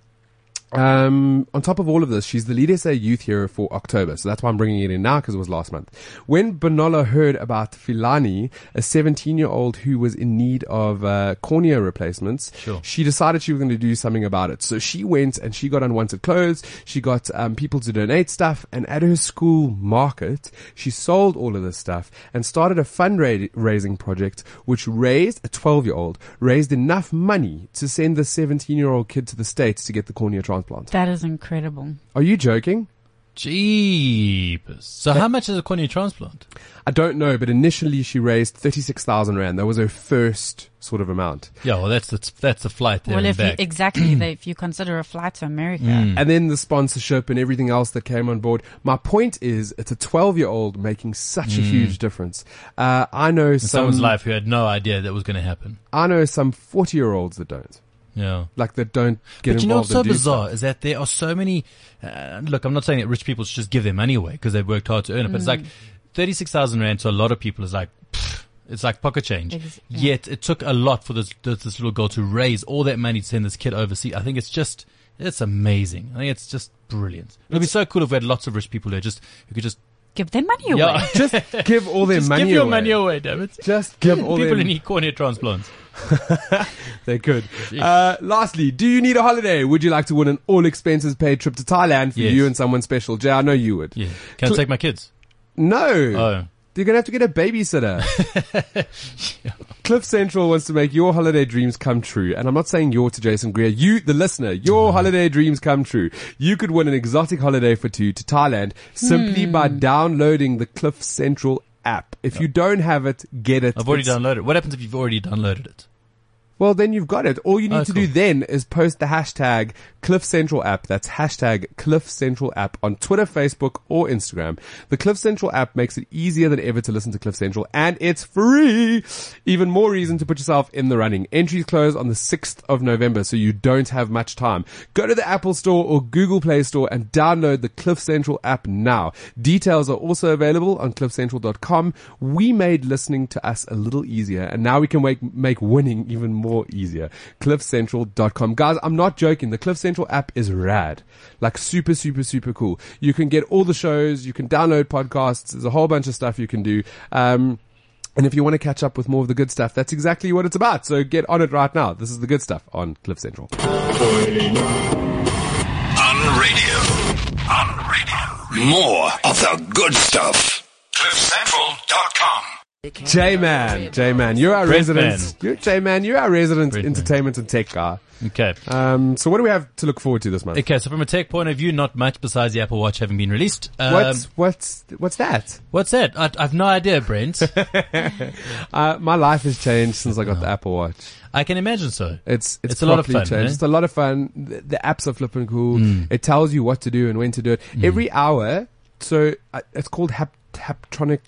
S2: Um, on top of all of this, she's the Lead SA Youth Hero for October, so that's why I'm bringing it in now because it was last month. When Bonolo heard about Filani, a 17 year old who was in need of uh, cornea replacements,
S3: Sure.
S2: she decided she was going to do something about it. So she went and she got unwanted clothes, she got um, people to donate stuff, and at her school market, she sold all of this stuff and started a fundraising project which raised, a 12 year old, raised enough money to send the 17 year old kid to the States to get the cornea transplant.
S4: That is incredible.
S2: Are you joking?
S3: Jeepers. So how much is a cornea transplant?
S2: I don't know, but initially she raised 36,000 Rand. That was her first sort of amount.
S3: Yeah, well, that's the, that's the flight there
S4: well,
S3: and
S4: if you,
S3: back. Mm.
S4: exactly, they- if you consider a flight to America,
S3: Hmm.
S2: and then the sponsorship and everything else that came on board. My point is, it's a 12 year old making such a huge difference. Uh, I know
S3: in
S2: some,
S3: Hmm. someone's
S4: Um,
S3: life who had no idea that was going to happen.
S2: I know some 40 year olds that don't,
S3: Yeah.
S2: like that don't get
S3: But you know
S2: involved.
S3: what's so
S2: and do
S3: bizarre is that there are so many. Uh, look, I'm not saying that rich people should just give their money away because they've worked hard to earn it, but it's like 36,000 rand to a lot of people is like. pfft, It's like pocket change.
S4: Ex- yeah.
S3: Yet it took a lot for this, this this little girl to raise all that money to send this kid overseas. I think it's just it's amazing. I think it's just brilliant. It'd be so cool if we had lots of rich people who just who could just
S4: give them money away.
S3: yeah,
S2: stuff. Just give all their
S3: just
S2: money
S3: give your
S2: away.
S3: money away, damn it.
S2: Just give all
S3: People
S2: their
S3: who need cornea transplants.
S2: They could. Uh, lastly, do you need a holiday? Would you like to win an all expenses paid trip to Thailand for
S3: Yes.
S2: you and someone special? Jay, I know you would.
S3: Yeah, can I
S2: Cl-
S3: take my kids?
S2: No.
S3: Oh,
S2: You're going to have to get a babysitter. Cliff Central wants to make your holiday dreams come true. And I'm not saying you're to Jason Greer. You, the listener,
S3: Mm.
S2: your holiday dreams come true. You could win an exotic holiday for two to Thailand simply
S3: Hmm.
S2: by downloading the Cliff Central app. If you don't have it, get it.
S3: I've already
S2: It's-
S3: downloaded. it. What happens if you've already downloaded it?
S2: Well, then you've got it. All you need
S3: Oh,
S2: to
S3: cool.
S2: do then is post the hashtag Cliff Central app. That's hashtag Cliff Central app on Twitter, Facebook, or Instagram. The Cliff Central app makes it easier than ever to listen to Cliff Central and it's free. Even more reason to put yourself in the running. Entries close on the 6th of November, so you don't have much time. Go to the Apple Store or Google Play Store and download the Cliff Central app now. Details are also available on cliffcentral.com. We made listening to us a little easier and now we can make, make winning even more easier. cliffcentral.com. Guys, I'm not joking. The Cliff Central app is rad. Like super, super, super cool. You can get all the shows. You can download podcasts. There's a whole bunch of stuff you can do. Um, and if you want to catch up with more of the good stuff, that's exactly what it's about. So get on it right now. This is the good stuff on Cliff Central.
S1: On radio. On radio. More of the good stuff. CliffCentral.com.
S2: J Man, J Man, you're our
S3: Print
S2: resident. You're J Man, you're our resident
S3: Print man.
S2: entertainment and tech guy.
S3: Okay.
S2: Um, so what do we have to look forward to this month?
S3: Okay, so from a tech point of view, not much besides the Apple Watch having been released. Um,
S2: what's what's what's that?
S3: what's that? I, I've no idea, Brent.
S2: Uh, my life has changed since I got the Apple Watch.
S3: I can imagine so.
S2: It's it's,
S3: Oh. It's a lot of
S2: properly
S3: fun,
S2: Changed.
S3: eh? Hmm.
S2: It's a lot of fun. The, the apps are flipping cool. It tells you what to do and when to do it every hour. So uh, it's called hap, haptronic.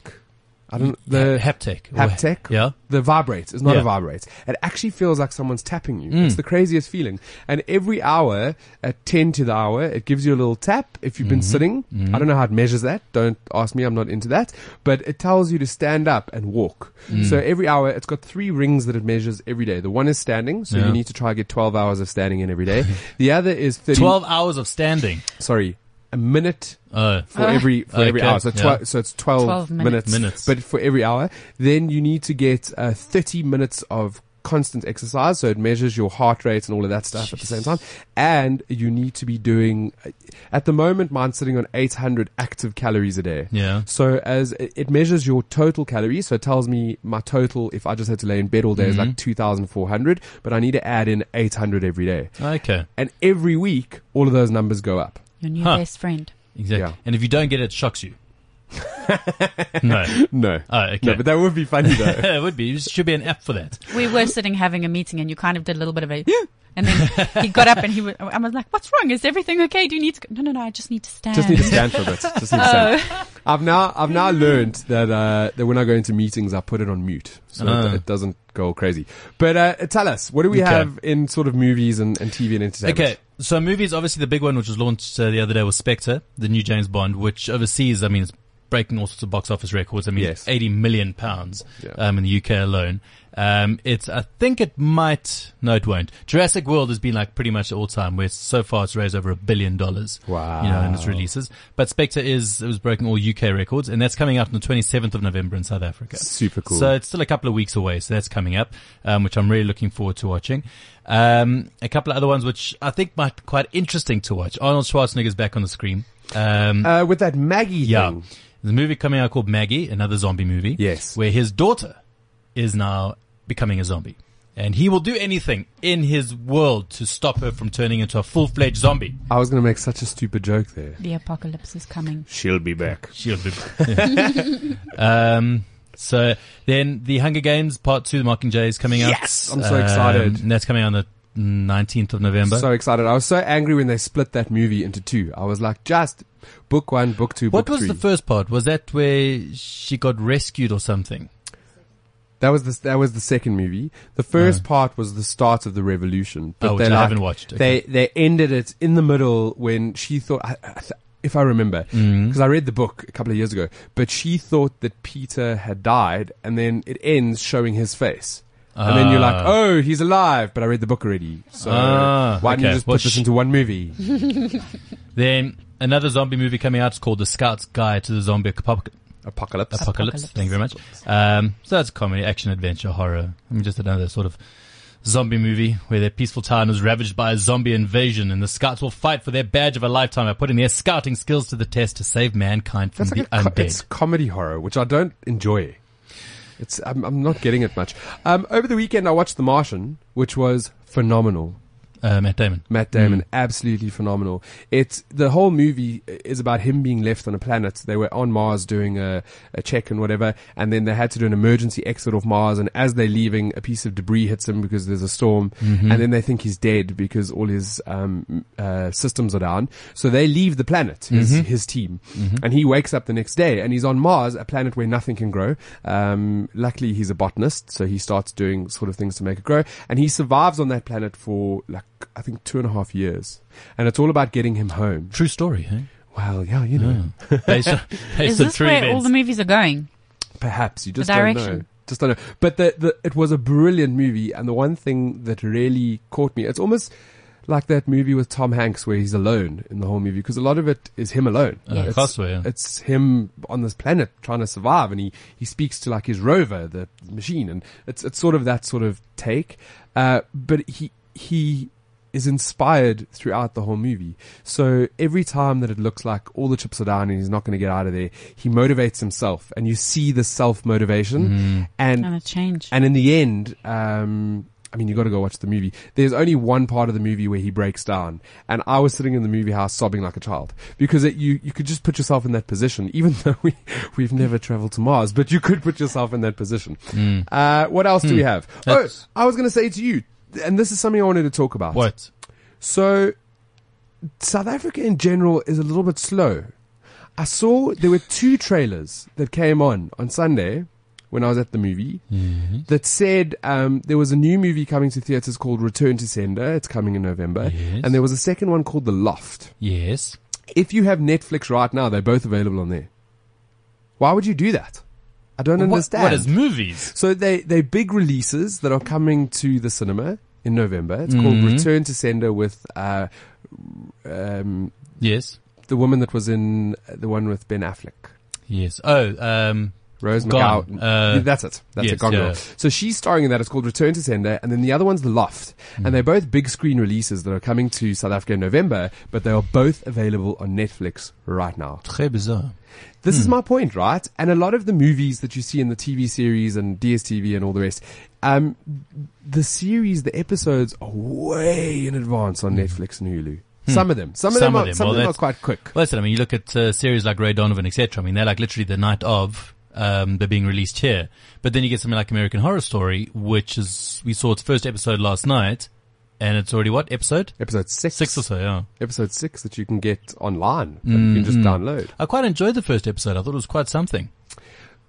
S2: I don't the
S3: Ha- haptic. or-
S2: haptic.
S3: Yeah.
S2: The vibrates. It's not a
S3: Yeah. Mm.
S2: vibrate. It actually feels like someone's tapping you. It's the craziest feeling. And every hour, at 10 to the hour, it gives you a little tap if you've been
S3: Mm-hmm.
S2: sitting. I don't know how it measures that. Don't ask me. I'm not into that. But it tells you to stand up and walk.
S3: Mm.
S2: So every hour, it's got three rings that it measures every day. The one is standing. So
S3: Yeah.
S2: you need to try and get 12 hours of standing in every day. the other is 30.
S3: 12 hours of standing.
S2: Sorry. A minute
S3: Oh.
S2: for every for every
S3: Okay,
S2: hour. So,
S3: yeah.
S2: tw- so it's 12,
S4: 12
S2: minutes,
S4: minutes.
S3: Minutes.
S2: But for every hour, then you need to get uh, 30 minutes of constant exercise. So it measures your heart rate and all of that stuff at the same time. And you need to be doing, uh, at the moment, mine's sitting on 800 active calories a day.
S3: Yeah.
S2: So as it it measures your total calories, so it tells me my total if I just had to lay in bed all day is
S3: Mm-hmm.
S2: like 2,400, but I need to add in 800 every day.
S3: Okay.
S2: And every week, all of those numbers go up.
S4: Your new
S3: Huh.
S4: best friend.
S3: Exactly.
S2: Yeah.
S3: And if you don't get it, it shocks you. No.
S2: No.
S3: Oh, okay.
S2: No, but that would be funny though.
S3: it would be. There should be an app for that.
S4: we were sitting having a meeting and you kind of did a little bit of a and then he got up and he was, I was like, what's wrong? Is everything okay? Do you need to go? No, no, no, I just need to stand.
S2: Just need to stand for a bit. Just need to stand. I've now I've now learned that uh, that when I go into meetings, I put it on mute, so
S3: Ah.
S2: it, it doesn't go crazy. But uh, tell us, what do we
S3: Okay.
S2: have in sort of movies and, and TV and entertainment?
S3: Okay, so movies, obviously the big one which was launched uh, the other day was Spectre, the new James Bond, which overseas, I mean, it's breaking all sorts of box office records. I mean,
S2: Yes.
S3: 80 million pounds
S2: Yeah.
S3: um, in the UK alone. Um, it's, I think it might, no, it won't. Jurassic World has been like pretty much all time where it's, so far it's raised over a billion dollars.
S2: Wow.
S3: You know, in its releases. But Spectre is, it was breaking all UK records and that's coming out on the 27th of November in South Africa.
S2: Super cool.
S3: So it's still a couple of weeks away, so that's coming up, um, which I'm really looking forward to watching. Um, a couple of other ones which I think might be quite interesting to watch. Arnold Schwarzenegger's back on the screen. Um,
S2: Uh, with that Maggie
S3: yeah.
S2: thing.
S3: There's a movie coming out called Maggie, another zombie movie.
S2: Yes.
S3: Where his daughter is now becoming a zombie. And he will do anything in his world to stop her from turning into a full-fledged zombie.
S2: I was going to make such a stupid joke there.
S4: The apocalypse is coming.
S2: She'll be back.
S3: She'll be. um, so then the Hunger Games Part 2, The Mockingjay is coming out.
S2: Yes! I'm so excited.
S3: and Um, that's coming out on the 19th of November.
S2: So excited! I was so angry when they split that movie into two. I was like, just book one, book two,
S3: what
S2: book
S3: was
S2: three.
S3: the first part? Was that where she got rescued or something?
S2: that was the that was the second movie. The first part was the start of the revolution, but
S3: Oh,
S2: they
S3: which I
S2: like-
S3: haven't watched. Okay.
S2: They they ended it in the middle when she thought. I, I th- if I remember, because
S3: Mm.
S2: I read the book a couple of years ago, but she thought that Peter had died, and then it ends showing his face, and then you're like,
S3: Ah.
S2: "Oh, he's alive!" But I read the book already, so
S3: Ah,
S2: why didn't
S3: okay.
S2: you just
S3: Well,
S2: put this
S3: sh-
S2: into one movie?
S3: Then another zombie movie coming out. It's called The Scout's Guide to the Zombie Apoc-
S2: Apocalypse.
S3: Apocalypse. Thank you very much. Um, so that's comedy, action, adventure, horror. I mean, just another sort of zombie movie where their peaceful town is ravaged by a zombie invasion and the scouts will fight for their badge of a lifetime by putting their scouting skills to the test to save mankind from
S2: That's like
S3: the
S2: a co-
S3: undead.
S2: it's comedy horror, which I don't enjoy. It's I'm, I'm not getting it much. Um, over the weekend, I watched The Martian, which was phenomenal.
S3: Uh, Matt Damon.
S2: Matt Damon, absolutely phenomenal. It's the whole movie is about him being left on a planet. They were on Mars doing a, a check and whatever, and then they had to do an emergency exit off Mars. And as they're leaving, a piece of debris hits him because there's a storm, and then they think he's dead because all his um, uh, systems are down. So they leave the planet, his, his team, and he wakes up the next day and he's on Mars, a planet where nothing can grow. Um, luckily, he's a botanist, so he starts doing sort of things to make it grow, and he survives on that planet for like I think two and a half years, and it's all about getting him home.
S3: True story, eh?
S2: Well, yeah, you know,
S3: Based on,
S4: Is
S3: based on
S4: this
S3: true
S4: where all
S3: events.
S4: the movies are going?
S2: perhaps you just
S4: The
S2: don't
S4: direction.
S2: know. Just don't know. But the, the it was a brilliant movie, and the one thing that really caught me, it's almost like that movie with Tom Hanks where he's alone in the whole movie because a lot of it is him alone.
S3: Uh,
S2: it's,
S3: Castaway, yeah.
S2: it's him on this planet trying to survive, and he he speaks to like his rover, the machine, and it's it's sort of that sort of take. Uh, but he he is inspired throughout the whole movie. So every time that it looks like all the chips are down and he's not going to get out of there, he motivates himself, and you see the self motivation. And
S4: And a change.
S2: and in the end, um, I mean, you got to go watch the movie. There's only one part of the movie where he breaks down, and I was sitting in the movie house sobbing like a child because it, you you could just put yourself in that position, even though we we've never traveled to Mars, but you could put yourself in that position. Uh, what else do we have?
S3: Hmm. That's-
S2: oh, I was going to say to you, and this is something I wanted to talk about.
S3: What?
S2: So, South Africa in general is a little bit slow. I saw there were two trailers that came on on Sunday when I was at the movie
S3: Mm-hmm.
S2: that said um, there was a new movie coming to theaters called Return to Sender. It's coming in November.
S3: Yes.
S2: And there was a second one called The Loft.
S3: Yes.
S2: If you have Netflix right now, they're both available on there. Why would you do that? I don't
S3: What,
S2: understand.
S3: what is movies?
S2: So they they big releases that are coming to the cinema in November. It's called
S3: Mm-hmm.
S2: Return to Sender with uh, um,
S3: Yes.
S2: the woman that was in uh, the one with Ben Affleck.
S3: Yes. Oh, um,
S2: Rose
S3: Gone.
S2: McGowan.
S3: Uh,
S2: Yeah, that's it. That's
S3: yes,
S2: it. Gone
S3: yeah.
S2: Girl. So she's starring in that. It's called Return to Sender, and then the other one's The Loft, and they're both big screen releases that are coming to South Africa in November, but they are both available on Netflix right now.
S3: très bizarre.
S2: This
S3: Hmm.
S2: is my point, right? And a lot of the movies that you see in the TV series and DSTV and all the rest, um, the series, the episodes are way in advance on Netflix and Hulu. Some of them. Some of
S3: Hmm. Some
S2: them
S3: of
S2: are,
S3: them.
S2: Some of
S3: Well,
S2: them are
S3: that's-
S2: quite quick.
S3: Well, listen, I mean, you look at uh, series like Ray Donovan, etc. I mean, they're like literally the night of um, they're being released here. But then you get something like American Horror Story, which is we saw its first episode last night, and it's already what episode
S2: Episode six.
S3: six or so. Yeah,
S2: Episode six that you can get online. That you can just
S3: Hmm.
S2: download.
S3: I quite enjoyed the first episode. I thought it was quite something.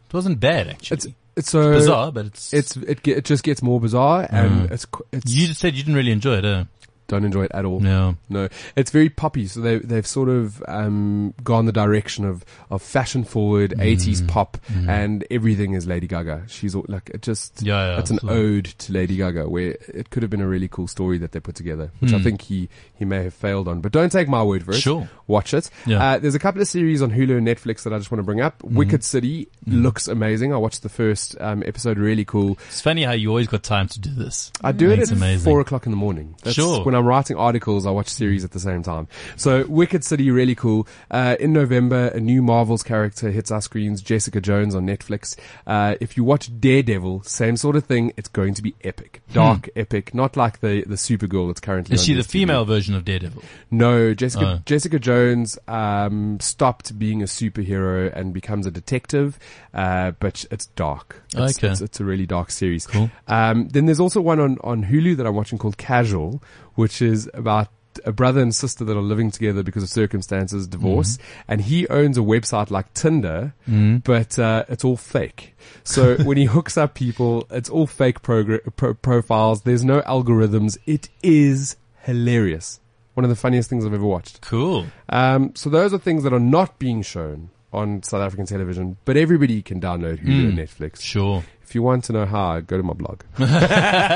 S3: It wasn't bad actually.
S2: It's, it's so
S3: Bizarre, but it's
S2: It's it ge- it just gets more bizarre and it's qu- it's
S3: You just said you didn't really enjoy it, uh,
S2: don't enjoy it at all.
S3: no.
S2: No, it's very poppy. So they they've sort of um, gone the direction of of fashion forward
S3: Mm.
S2: eighties pop, and everything is Lady Gaga. She's all, like it just
S3: Yeah, yeah,
S2: it's an
S3: so-
S2: ode to Lady Gaga, where it could have been a really cool story that they put together, which I think he he may have failed on. But don't take my word for it.
S3: Mm. Sure.
S2: watch it.
S3: Yeah. Mm-hmm.
S2: Uh, there's a couple of series on Hulu and Netflix that I just want to bring up. Wicked City looks amazing. I watched the first um, episode. Really cool.
S3: It's funny how you always got time to do this.
S2: I do
S3: That's
S2: it at
S3: amazing.
S2: four o'clock in the morning. That's
S3: Sure.
S2: When I'm writing articles, I watch series at the same time. So Wicked City, really cool. Uh, in November, a new Marvel's character hits our screens, Jessica Jones on Netflix. Uh, if you watch Daredevil, same sort of thing. It's going to be epic, dark, epic. Not like the the Supergirl that's currently.
S3: Hmm. Is
S2: on
S3: she the
S2: DStv.
S3: female version of Daredevil?
S2: No, Jessica
S3: Oh.
S2: Jessica Jones um, stopped being a superhero and becomes a detective, uh, but it's dark. It's,
S3: Okay.
S2: it's, it's a really dark series.
S3: Cool.
S2: Um, then there's also one on on Hulu that I'm watching called Casual, which is about a brother and sister that are living together because of circumstances, divorce, and he owns a website like Tinder,
S3: Mm.
S2: but uh, it's all fake. So when he hooks up people, it's all fake progr- pro- profiles. There's no algorithms. It is hilarious. One of the funniest things I've ever watched.
S3: Cool.
S2: Um, so those are things that are not being shown on South African television, but everybody can download Hulu and Netflix.
S3: Sure.
S2: If you want to know how, go to my blog.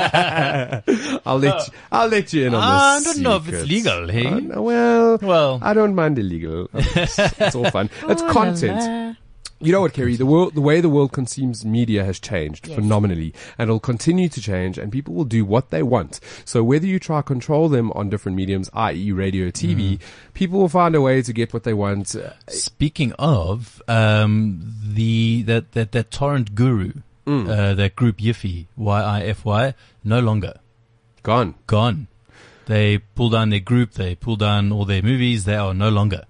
S2: I'll let you, I'll let you in on
S3: Uh, Ah, I
S2: this.
S3: don't know if it's legal, hey?
S2: I don't know. well,
S3: Well.
S2: I don't mind illegal. It's, it's all fun. It's
S4: Ooh la
S2: content.
S4: la.
S2: You know what, Kerry? The world, the way the world consumes media has changed
S4: Yes.
S2: phenomenally, and it'll continue to change. And people will do what they want. So whether you try to control them on different mediums, i.e., radio, TV,
S3: Mm.
S2: people will find a way to get what they want. Uh,
S3: Speaking of um, the that that that torrent guru,
S2: Mm.
S3: uh, that group Yiffy Y I F Y, no longer
S2: Gone.
S3: gone. They pulled down their group. They pulled down all their movies. They are no longer.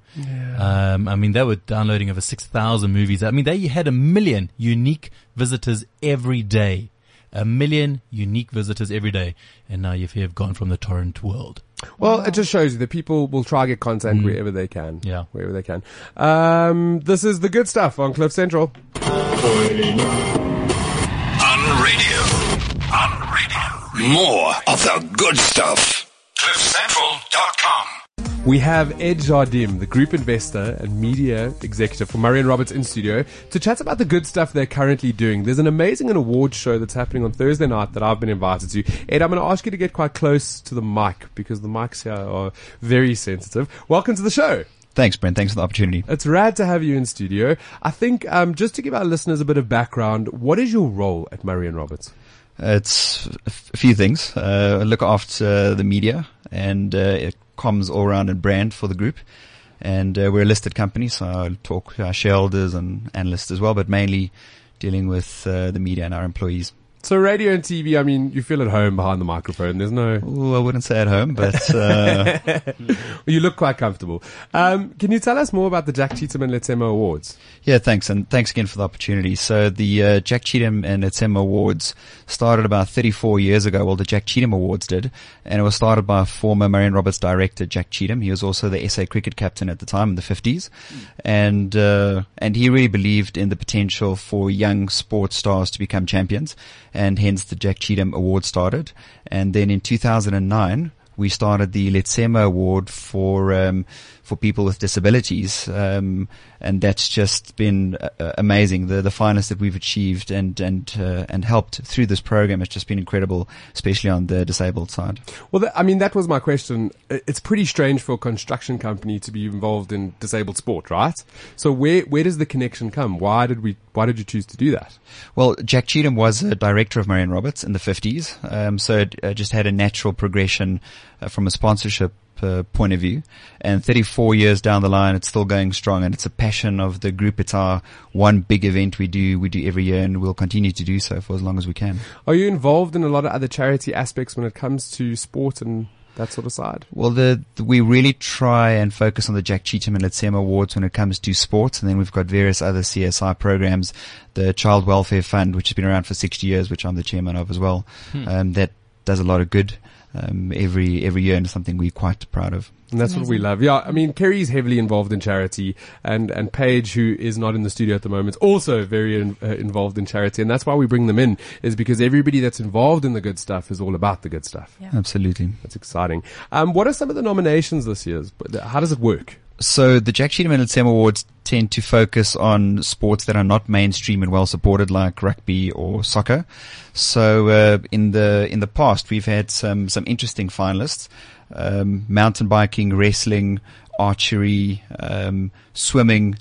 S3: Um, I mean, they were downloading over six thousand movies. I mean, they had a million unique visitors every day. A million unique visitors every day, and now Yiffy have gone from the torrent world.
S2: Well, it just shows you that people will try to get content wherever they can.
S3: Mm. Yeah.
S2: Wherever they can. Um, this is the good stuff on Cliff Central.
S1: On radio. On radio. More of the good stuff. CliffCentral.com.
S2: We have Ed Jardim, the group investor and media executive for Murray and Roberts in studio, to chat about the good stuff they're currently doing. There's an amazing and award show that's happening on Thursday night that I've been invited to. Ed, I'm going to ask you to get quite close to the mic because the mics here are very sensitive. Welcome to the show.
S5: Thanks, Brent. Thanks for the opportunity.
S2: It's rad to have you in studio. I think um, just to give our listeners a bit of background, what is your role at Murray and Roberts?
S5: It's a f- a few things. Uh, I look after the media and uh, it comms all around and brand for the group. And uh, we're a listed company, so I talk to our shareholders and analysts as well, but mainly dealing with uh, the media and our employees.
S2: So radio and TV, I mean, you feel at home behind the microphone. There's no,
S5: Ooh, I wouldn't say at home, but uh,
S2: you look quite comfortable. Um, can you tell us more about the Jack Cheatham and Letemo Awards?
S5: yeah, thanks. And thanks again for the opportunity. So the uh, Jack Cheatham and Etzema Awards started about 34 years ago. Well, the Jack Cheatham Awards did. And it was started by former Marion Roberts director Jack Cheatham. He was also the SA cricket captain at the time in the 50s. And, uh, and he really believed in the potential for young sports stars to become champions. And hence the Jack Cheatham Award started. And then in 2009, we started the Letsema Award for um, for people with disabilities, um, and that's just been uh, uh, amazing. The the finest that we've achieved and and uh, and helped through this program has just been incredible, especially on the disabled side.
S2: Well, th- I mean, that was my question. I- It's pretty strange for a construction company to be involved in disabled sport, right? So where, where does the connection come? Why did we, why did you choose to do that?
S5: Well, Jack Cheatham was a director of Marion Roberts in the 50s, um, so it uh, just had a natural progression uh, from a sponsorship uh, point of view. And 34 years down the line, it's still going strong, and it's a passion of the group. It's our one big event we do we do every year, and we'll continue to do so for as long as we can.
S2: Are you involved in a lot of other charity aspects when it comes to sport and that sort of side?
S5: Well, the, the- we really try and focus on the Jack Cheetham and Letsema Awards when it comes to sports, and then we've got various other CSI programs, the Child Welfare Fund, which has been around for 60 years, which I'm the chairman of as well. Um, that does a lot of good um, every every year, and it's something we're quite proud of.
S2: And that's what we
S4: Amazing.
S2: love. Yeah, I mean, Kerry's heavily involved in charity, and and Paige, who is not in the studio at the moment, also very in, uh, involved in charity, and that's why we bring them in, is because everybody that's involved in the good stuff is all about the good stuff.
S4: Yeah.
S5: Absolutely.
S2: That's exciting. Um, what are some of the nominations this year? How does it work?
S5: So the Jack Cheetham and Letsema Awards tend to focus on sports that are not mainstream and well supported, like rugby or soccer. So uh, in the in the past, we've had some some interesting finalists: um, mountain biking, wrestling, archery, um, swimming.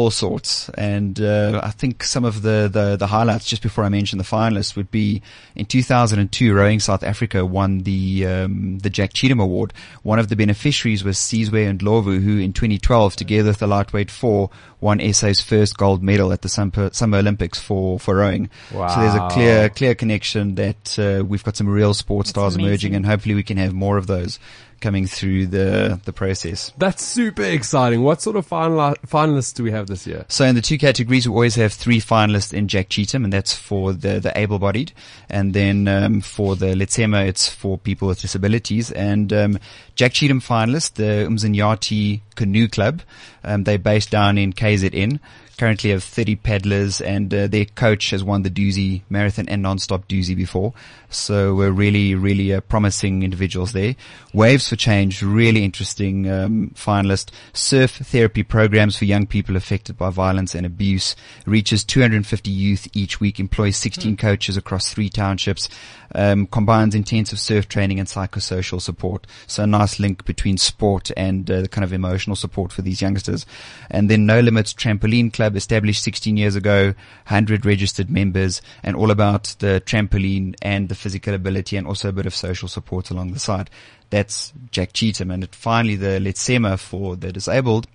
S5: All sorts, and uh, I think some of the, the the highlights just before I mention the finalists would be in 2002, rowing South Africa won the um, the Jack Cheetham Award. One of the beneficiaries was Sizwe and Lovu, who in 2012, together with the lightweight four, won SA's first gold medal at the Summer, Summer Olympics for for rowing. So there's a
S2: Wow.
S5: clear clear connection that uh, we've got some real sports stars emerging,
S4: amazing.
S5: and hopefully we can have more of those coming through the the process.
S2: That's super exciting. What sort of final, finalists do we have this year?
S5: So in the two categories, we always have three finalists in Jack Cheetham, and that's for the, the able-bodied. And then um, for the Letsema, it's for people with disabilities. And um, Jack Cheetham finalist, the Umzinyati Canoe Club, um, they're based down in KZN. Currently have 30 paddlers, and uh, their coach has won the doozy marathon and non-stop doozy before. So we're really, really uh, promising individuals there. Waves for Change, really interesting um, finalist. Surf therapy programs for young people affected by violence and abuse reaches 250 youth each week, employs 16 coaches across three townships, um, combines intensive surf training and psychosocial support. So a nice link between sport and uh, the kind of emotional support for these youngsters. And then No Limits Trampoline Club, established 16 years ago, 100 registered members, and all about the trampoline and the physical ability and also a bit of social support along the side. That's Jack Cheetham. And it- finally, the Letsema for the disabled.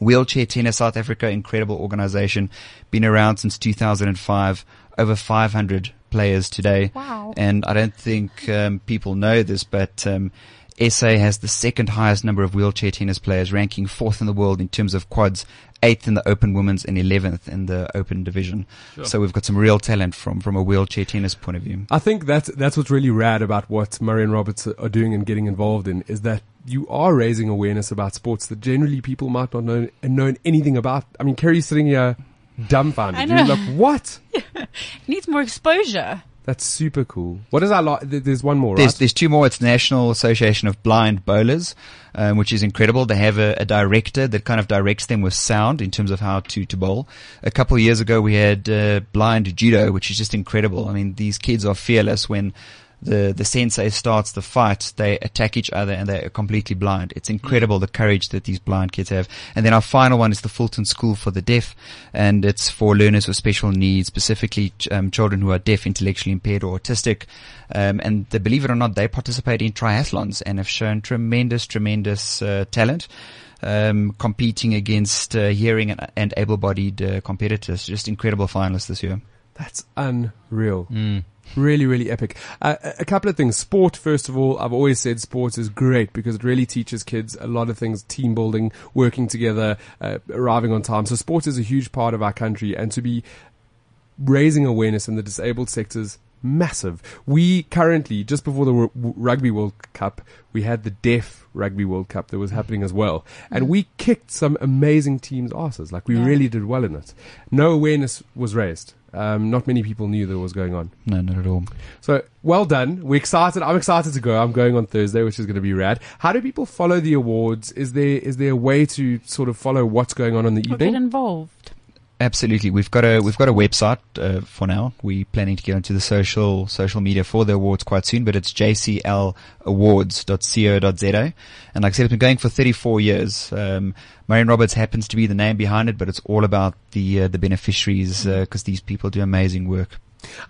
S5: Wheelchair Tennis South Africa, incredible organization, been around since 2005, over 500 players today.
S4: Wow.
S5: And I don't think um, people know this, but um, SA has the second highest number of wheelchair tennis players, ranking fourth in the world in terms of quads, eighth in the open women's, and 11th in the open division. So we've got some real talent from, from a wheelchair tennis point of view.
S2: I think that's that's what's really rad about what Murray and Roberts are doing and getting involved in is that you are raising awareness about sports that generally people might not know and known anything about. I mean, Kerry's sitting here
S4: I
S2: dumbfounded.
S4: know.
S2: You're like, what?
S4: Needs more exposure.
S2: That's super cool. What is our lot? There's one more,
S5: There's,
S2: right?
S5: there's two more. It's the National Association of Blind Bowlers, um, which is incredible. They have a, a director that kind of directs them with sound in terms of how to, to bowl. A couple of years ago, we had uh, blind judo, which is just incredible. I mean, these kids are fearless when the, the sensei starts the fight. They attack each other and they are completely blind. It's incredible the courage that these blind kids have. And then our final one is the Fulton School for the Deaf, and it's for learners with special needs, specifically ch- um, children who are deaf, intellectually impaired, or autistic. Um, and they, believe it or not, they participate in triathlons and have shown tremendous, tremendous uh, talent. Um, competing against uh, hearing and, and able-bodied uh, competitors, just incredible finalists this year.
S2: That's unreal. Really, really epic. Uh, a- a couple of things. Sport, first of all, I've always said sports is great because it really teaches kids a lot of things, team building, working together, uh, arriving on time. So sports is a huge part of our country and to be raising awareness in the disabled sectors massive. We currently, just before the Ru- Rugby World Cup, we had the Deaf Rugby World Cup that was happening as well. And we kicked some amazing teams' asses. Like, we
S4: Yeah.
S2: really did well in it. No awareness was raised. Um, not many people knew that was going on.
S5: No, not at all.
S2: So, well done. We're excited. I'm excited to go. I'm going on Thursday, which is going to be rad. How do people follow the awards? Is there, is there a way to sort of follow what's going on in the
S4: Or get
S2: evening?
S4: involved.
S5: Absolutely, we've got a we've got a website uh, for now. We're planning to get onto the social social media for the awards quite soon, but it's jclawards.co.za. And like I said, it's been going for 34 years. Um, Marion Roberts happens uh, to be the name behind it, but it's all about the uh, the beneficiaries because these people do amazing work.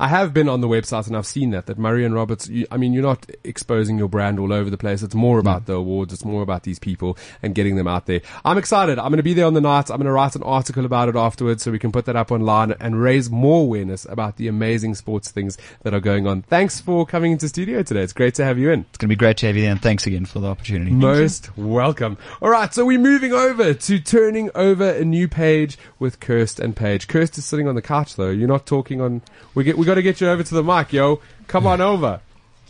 S2: I have been on the website and I've seen that, that Murray and Roberts, you, I mean, you're not exposing your brand all over the place. It's more about the awards. It's more about these people and getting them out there. I'm excited. I'm going to be there on the night. I'm going to write an article about it afterwards so we can put that up online and raise more awareness about the amazing sports things that are going on. Thanks for coming into studio today. It's great to have you in.
S5: It's going to be great to have you there, and thanks again for the opportunity.
S2: Most welcome. All right, so we're moving over to turning over a new page with Kirst and Paige. Kirst is sitting on the couch though. You're not talking on. We get. We got to get you over to the mic, yo. Come on over.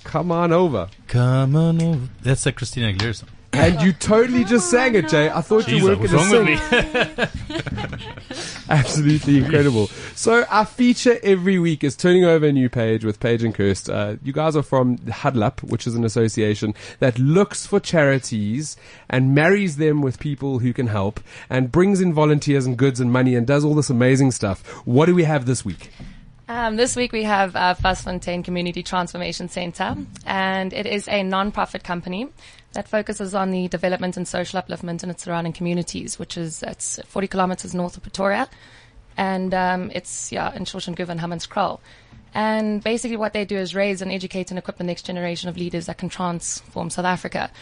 S2: Come on over.
S3: Come on over. That's a Christina Aguilera song.
S2: And you totally just sang it, Jay. I thought you
S3: Jesus,
S2: were going
S3: what's
S2: to
S3: wrong with
S2: sing.
S3: me?
S2: Absolutely incredible. So our feature every week is turning over a new page with Paige and Kirst. Uh, you guys are from Hudlup, which is an association that looks for charities and marries them with people who can help and brings in volunteers and goods and money and does all this amazing stuff. What do we have this week?
S6: Um, this week we have uh, Fussfontein Community Transformation Center, and it is a non-profit company that focuses on the development and social upliftment in its surrounding communities, which is it's 40 kilometers north of Pretoria, and um, it's yeah in Shoshenguve and Hammanskraal. And basically, what they do is raise and educate and equip the next generation of leaders that can transform South Africa.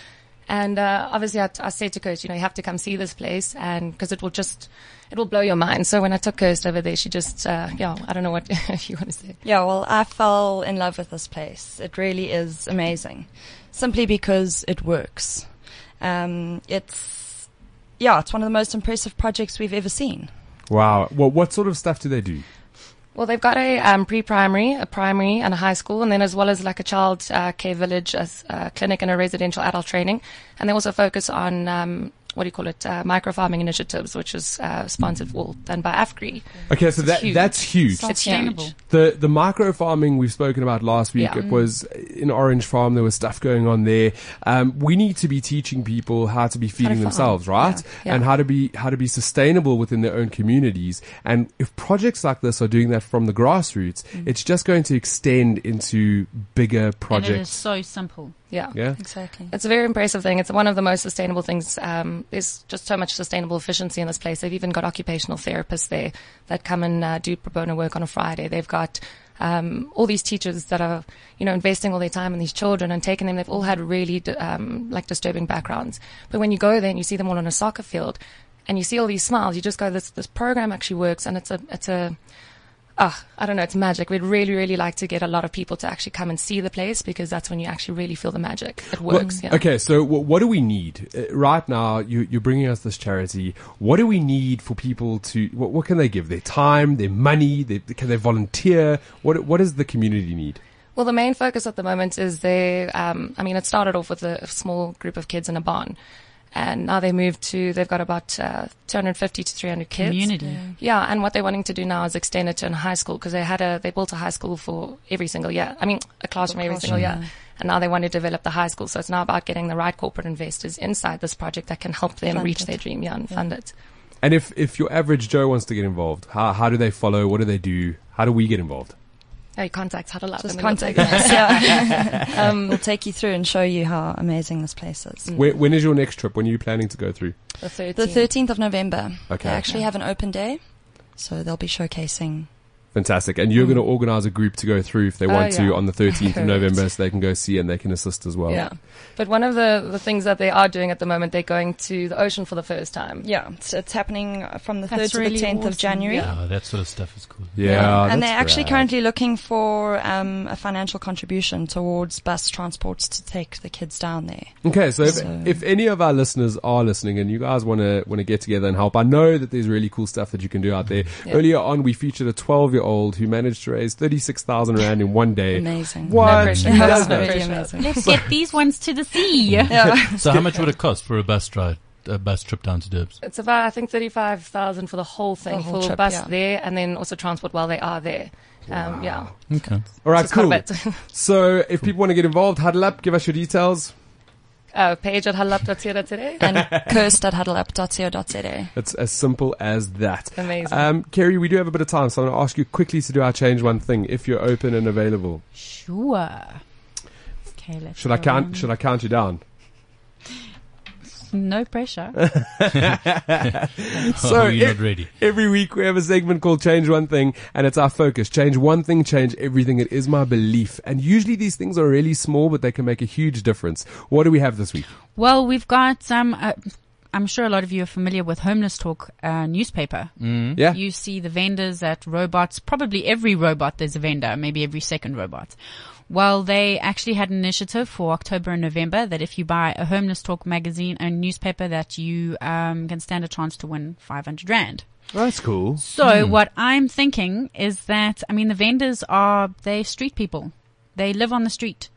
S6: And uh, obviously, I, I said to Kirst, you know, you have to come see this place, and because it will just, it will blow your mind. So when I took Kirst over there, she just, uh, yeah, I don't know what if you want to say.
S7: Yeah, well, I fell in love with this place. It really is amazing, simply because it works. Um, it's yeah, it's one of the most impressive projects we've ever seen.
S2: Wow. Well, what sort of stuff do they do?
S6: Well, they've got a um, pre-primary, a primary, and a high school, and then as well as like a child uh, care village, a s- a clinic, and a residential adult training. And they also focus on um, what do you call it, uh, microfarming initiatives, which is uh, sponsored well done by AFGRI.
S2: Okay, so that
S6: huge.
S2: that's huge.
S6: It's
S4: Sustainable.
S6: huge.
S2: The the micro farming we've spoken about last week.
S6: Yeah.
S2: It was in Orange Farm. There was stuff going on there. Um, we need to be teaching people how to be feeding
S6: farm.
S2: themselves, right?
S6: Yeah.
S2: And how to be how to be sustainable within their own communities. And if projects like this are doing that from the grassroots, it's just going to extend into bigger
S4: And it is
S2: projects.
S4: so simple.
S6: Yeah.
S2: Yeah.
S7: Exactly.
S6: It's a very impressive thing. It's one of the most sustainable things. Um, there's just so much sustainable efficiency in this place. They've even got occupational therapists there that come and uh, do pro bono work on a Friday. They've got um, all these teachers that are, you know, investing all their time in these children and taking them. They've all had really d- um, like disturbing backgrounds. But when you go there and you see them all on a soccer field, and you see all these smiles, you just go, this this program actually works, and it's a it's a Ah, I don't know. It's magic. We'd really, really like to get a lot of people to actually come and see the place because that's when you actually really feel the magic. It
S2: What-
S6: works. yeah.
S2: Okay, so w- what do we need uh, right now? You, you're bringing us this charity. What do we need for people to? What, what can they give? Their time, their money. Their, can they volunteer? What What does the community need?
S6: Well, the main focus at the moment is they. Um, I mean, it started off with a small group of kids in a barn, and now they moved to. They've got about uh, 250 to 300 kids.
S4: Community.
S6: Yeah, and what they're wanting to do now is extend it to a high school because they had a they built a high school for every single year. I mean, a classroom every single year, and now they want to develop the high school. So it's now about getting the right corporate investors inside this project that can help them
S7: Fund
S6: reach
S7: it.
S6: their dream, yeah, and fund it.
S2: And if, if your average Joe wants to get involved, how, how do they follow? What do they do? How do we get involved?
S6: Oh, you contact Huddle Up.
S7: Just
S6: and then we'll
S7: contact
S6: take it.
S7: us. Yeah. um, we'll take you through and show you how amazing this place
S6: Mm.
S7: is.
S2: Where, when is your next trip? When are you planning to go through?
S6: The third.
S7: The 13th of November.
S2: Okay.
S7: They actually have an open day, so they'll be showcasing.
S2: Fantastic. And you're going to organize a group to go through if they want
S6: Mm. Oh, yeah.
S2: to on the 13th of
S6: Correct.
S2: November so they can go see and they can assist as well.
S6: Yeah. But one of the, the things that they are doing at the moment, they're going to the ocean for the first time.
S7: Yeah, it's, it's happening from the
S4: That's
S7: 3rd
S4: really
S7: to the 10th
S4: awesome.
S7: of January.
S6: Yeah.
S3: Oh, that sort of stuff is cool.
S2: Yeah.
S7: and
S2: that's
S7: they're actually
S2: rad.
S7: currently looking for um, a financial contribution towards bus transports to take the kids down there.
S2: Okay, so if,
S7: So-
S2: if any of our listeners are listening and you guys want to want to get together and help, I know that there's really cool stuff that you can do out there.
S6: Yeah.
S2: Earlier on, we featured a 12 year old who managed to raise 36,000 rand in one day.
S7: Amazing.
S2: What?
S6: No pressure.
S7: Yeah,
S6: That's
S7: it's
S6: no
S7: really
S6: pressure.
S7: amazing.
S4: Let's get these ones to the sea.
S7: Yeah.
S3: So how much would it cost for a bus ride, a bus trip down to Durbs?
S6: It's about, I think, 35,000 for the whole thing,
S7: The whole
S6: for
S7: trip,
S6: bus
S7: yeah.
S6: there and then also transport while they are there. Um, yeah.
S3: Okay.
S2: All right,
S6: It's quite a
S2: cool.
S6: bit.
S2: So if people want to get involved, huddle up, give us your details.
S6: uh, page at halap.co.za.
S7: and cursed at huddleup.co.za.
S2: It's as simple as that.
S6: Amazing.
S2: Um, Kerry, we do have a bit of time, so I'm going to ask you quickly to do our change one thing if you're open and available.
S4: Sure. Okay, let's
S2: Should I
S4: go
S2: count?
S4: on.
S2: Should I count you down?
S4: No pressure.
S2: So
S3: Are Oh, you
S2: if-
S3: not ready?
S2: Every week we have a segment called Change One Thing and it's our focus. Change one thing, change everything. It is my belief. And usually these things are really small, but they can make a huge difference. What do we have this week?
S4: Well, we've got some. Uh, I'm sure a lot of you are familiar with Homeless Talk uh, newspaper.
S2: Yeah.
S4: Hmm? You see the vendors at robots. Probably every robot there's a vendor, maybe every second robot. Well, they actually had an initiative for October and November that if you buy a Homeless Talk magazine and newspaper, that you um, can stand a chance to win 500 rand.
S2: That's cool.
S4: So
S3: Hmm.
S4: what I'm thinking is that I mean the vendors are they street people, they live on the street,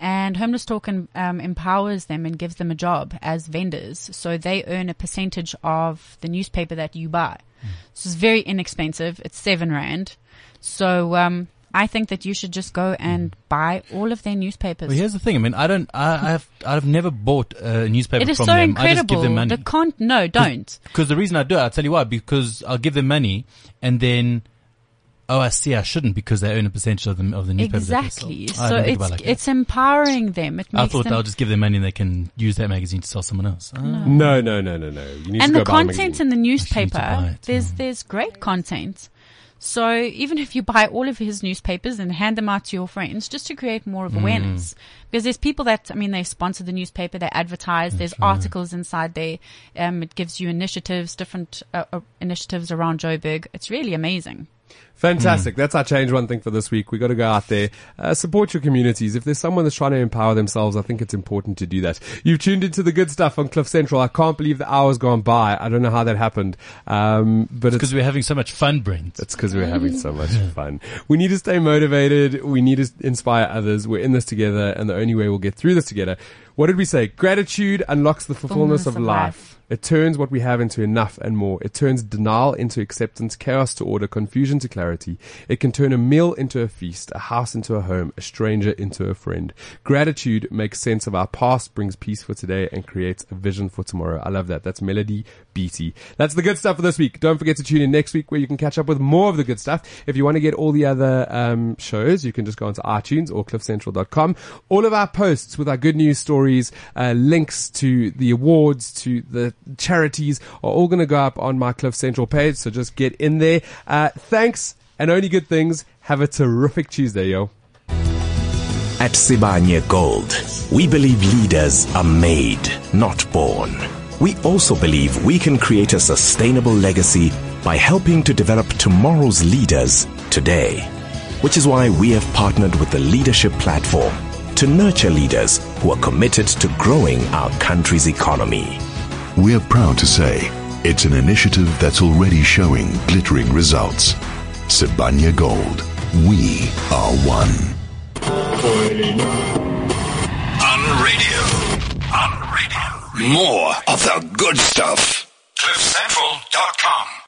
S4: and homeless talk and, um, empowers them and gives them a job as vendors, so they earn a percentage of the newspaper that you buy.
S3: Hmm.
S4: So it's very inexpensive. It's seven rand. So um, I think that you should just go and buy all of their newspapers.
S3: Hmm. Well, here's the thing. I mean, I don't. I, I've I've never bought a newspaper
S4: it is
S3: from
S4: so
S3: them. I just give
S4: incredible.
S3: them money.
S4: The con no, don't.
S3: Because the reason I do it, I'll tell you why. Because I'll give them money, and then, oh, I see, I shouldn't because they own a percentage of the of the newspaper. that they sell.
S4: Exactly.
S3: I
S4: So
S3: didn't think
S4: it's
S3: about it like that.
S4: it's empowering them. It
S3: I
S4: makes
S3: thought
S4: them
S3: I'll just give them money and they can use that magazine to sell someone else. Ah.
S2: No, no, no, no, no. You need
S4: and
S2: to go
S4: the
S2: buy a
S4: content
S2: magazine.
S4: in the
S3: buy
S4: newspaper
S3: it,
S4: there's there's great content so even if you buy all of his newspapers and hand them out to your friends just to create more
S2: Mm.
S4: of awareness because there's people that i mean they sponsor the newspaper they advertise there's articles inside there um, it gives you initiatives different uh, uh, initiatives around joburg it's really amazing
S2: Fantastic. That's our Change One Thing for this week. We got to go out there, uh, support your communities. If there's someone that's trying to empower themselves, I think it's important to do that. You've tuned into the good stuff on Cliff Central. I can't believe the hour's gone by. I don't know how that happened. Um, but it's
S3: Because we're having so much fun, Brent.
S2: It's because we're having so much fun. We need to stay motivated. We need to inspire others. We're in this together, and the only way we'll get through this together. What did we say? Gratitude unlocks the fulfillment
S4: Fullness
S2: of
S4: of
S2: life.
S4: life.
S2: It turns what we have into enough and more. It turns denial into acceptance, chaos to order, confusion to clarity. It can turn a meal into a feast, a house into a home, a stranger into a friend. Gratitude makes sense of our past, brings peace for today, and creates a vision for tomorrow. I love that. That's Melody Beatty. That's the good stuff for this week. Don't forget to tune in next week where you can catch up with more of the good stuff. If you want to get all the other um, shows, you can just go onto iTunes or cliffcentral.com. All of our posts with our good news stories, uh, links to the awards, to the charities are all going to go up on my Cliff Central page. So just get in there. Uh, thanks and only good things. Have a terrific Tuesday, yo.
S8: At Sibanye Gold, we believe leaders are made, not born. We also believe we can create a sustainable legacy by helping to develop tomorrow's leaders today. Which is why we have partnered with the Leadership Platform to nurture leaders who are committed to growing our country's economy.
S9: We're proud to say it's an initiative that's already showing glittering results. Sibanya Gold. We are one.
S1: On radio. On radio.
S8: More of the good stuff.
S1: CliffCentral.com.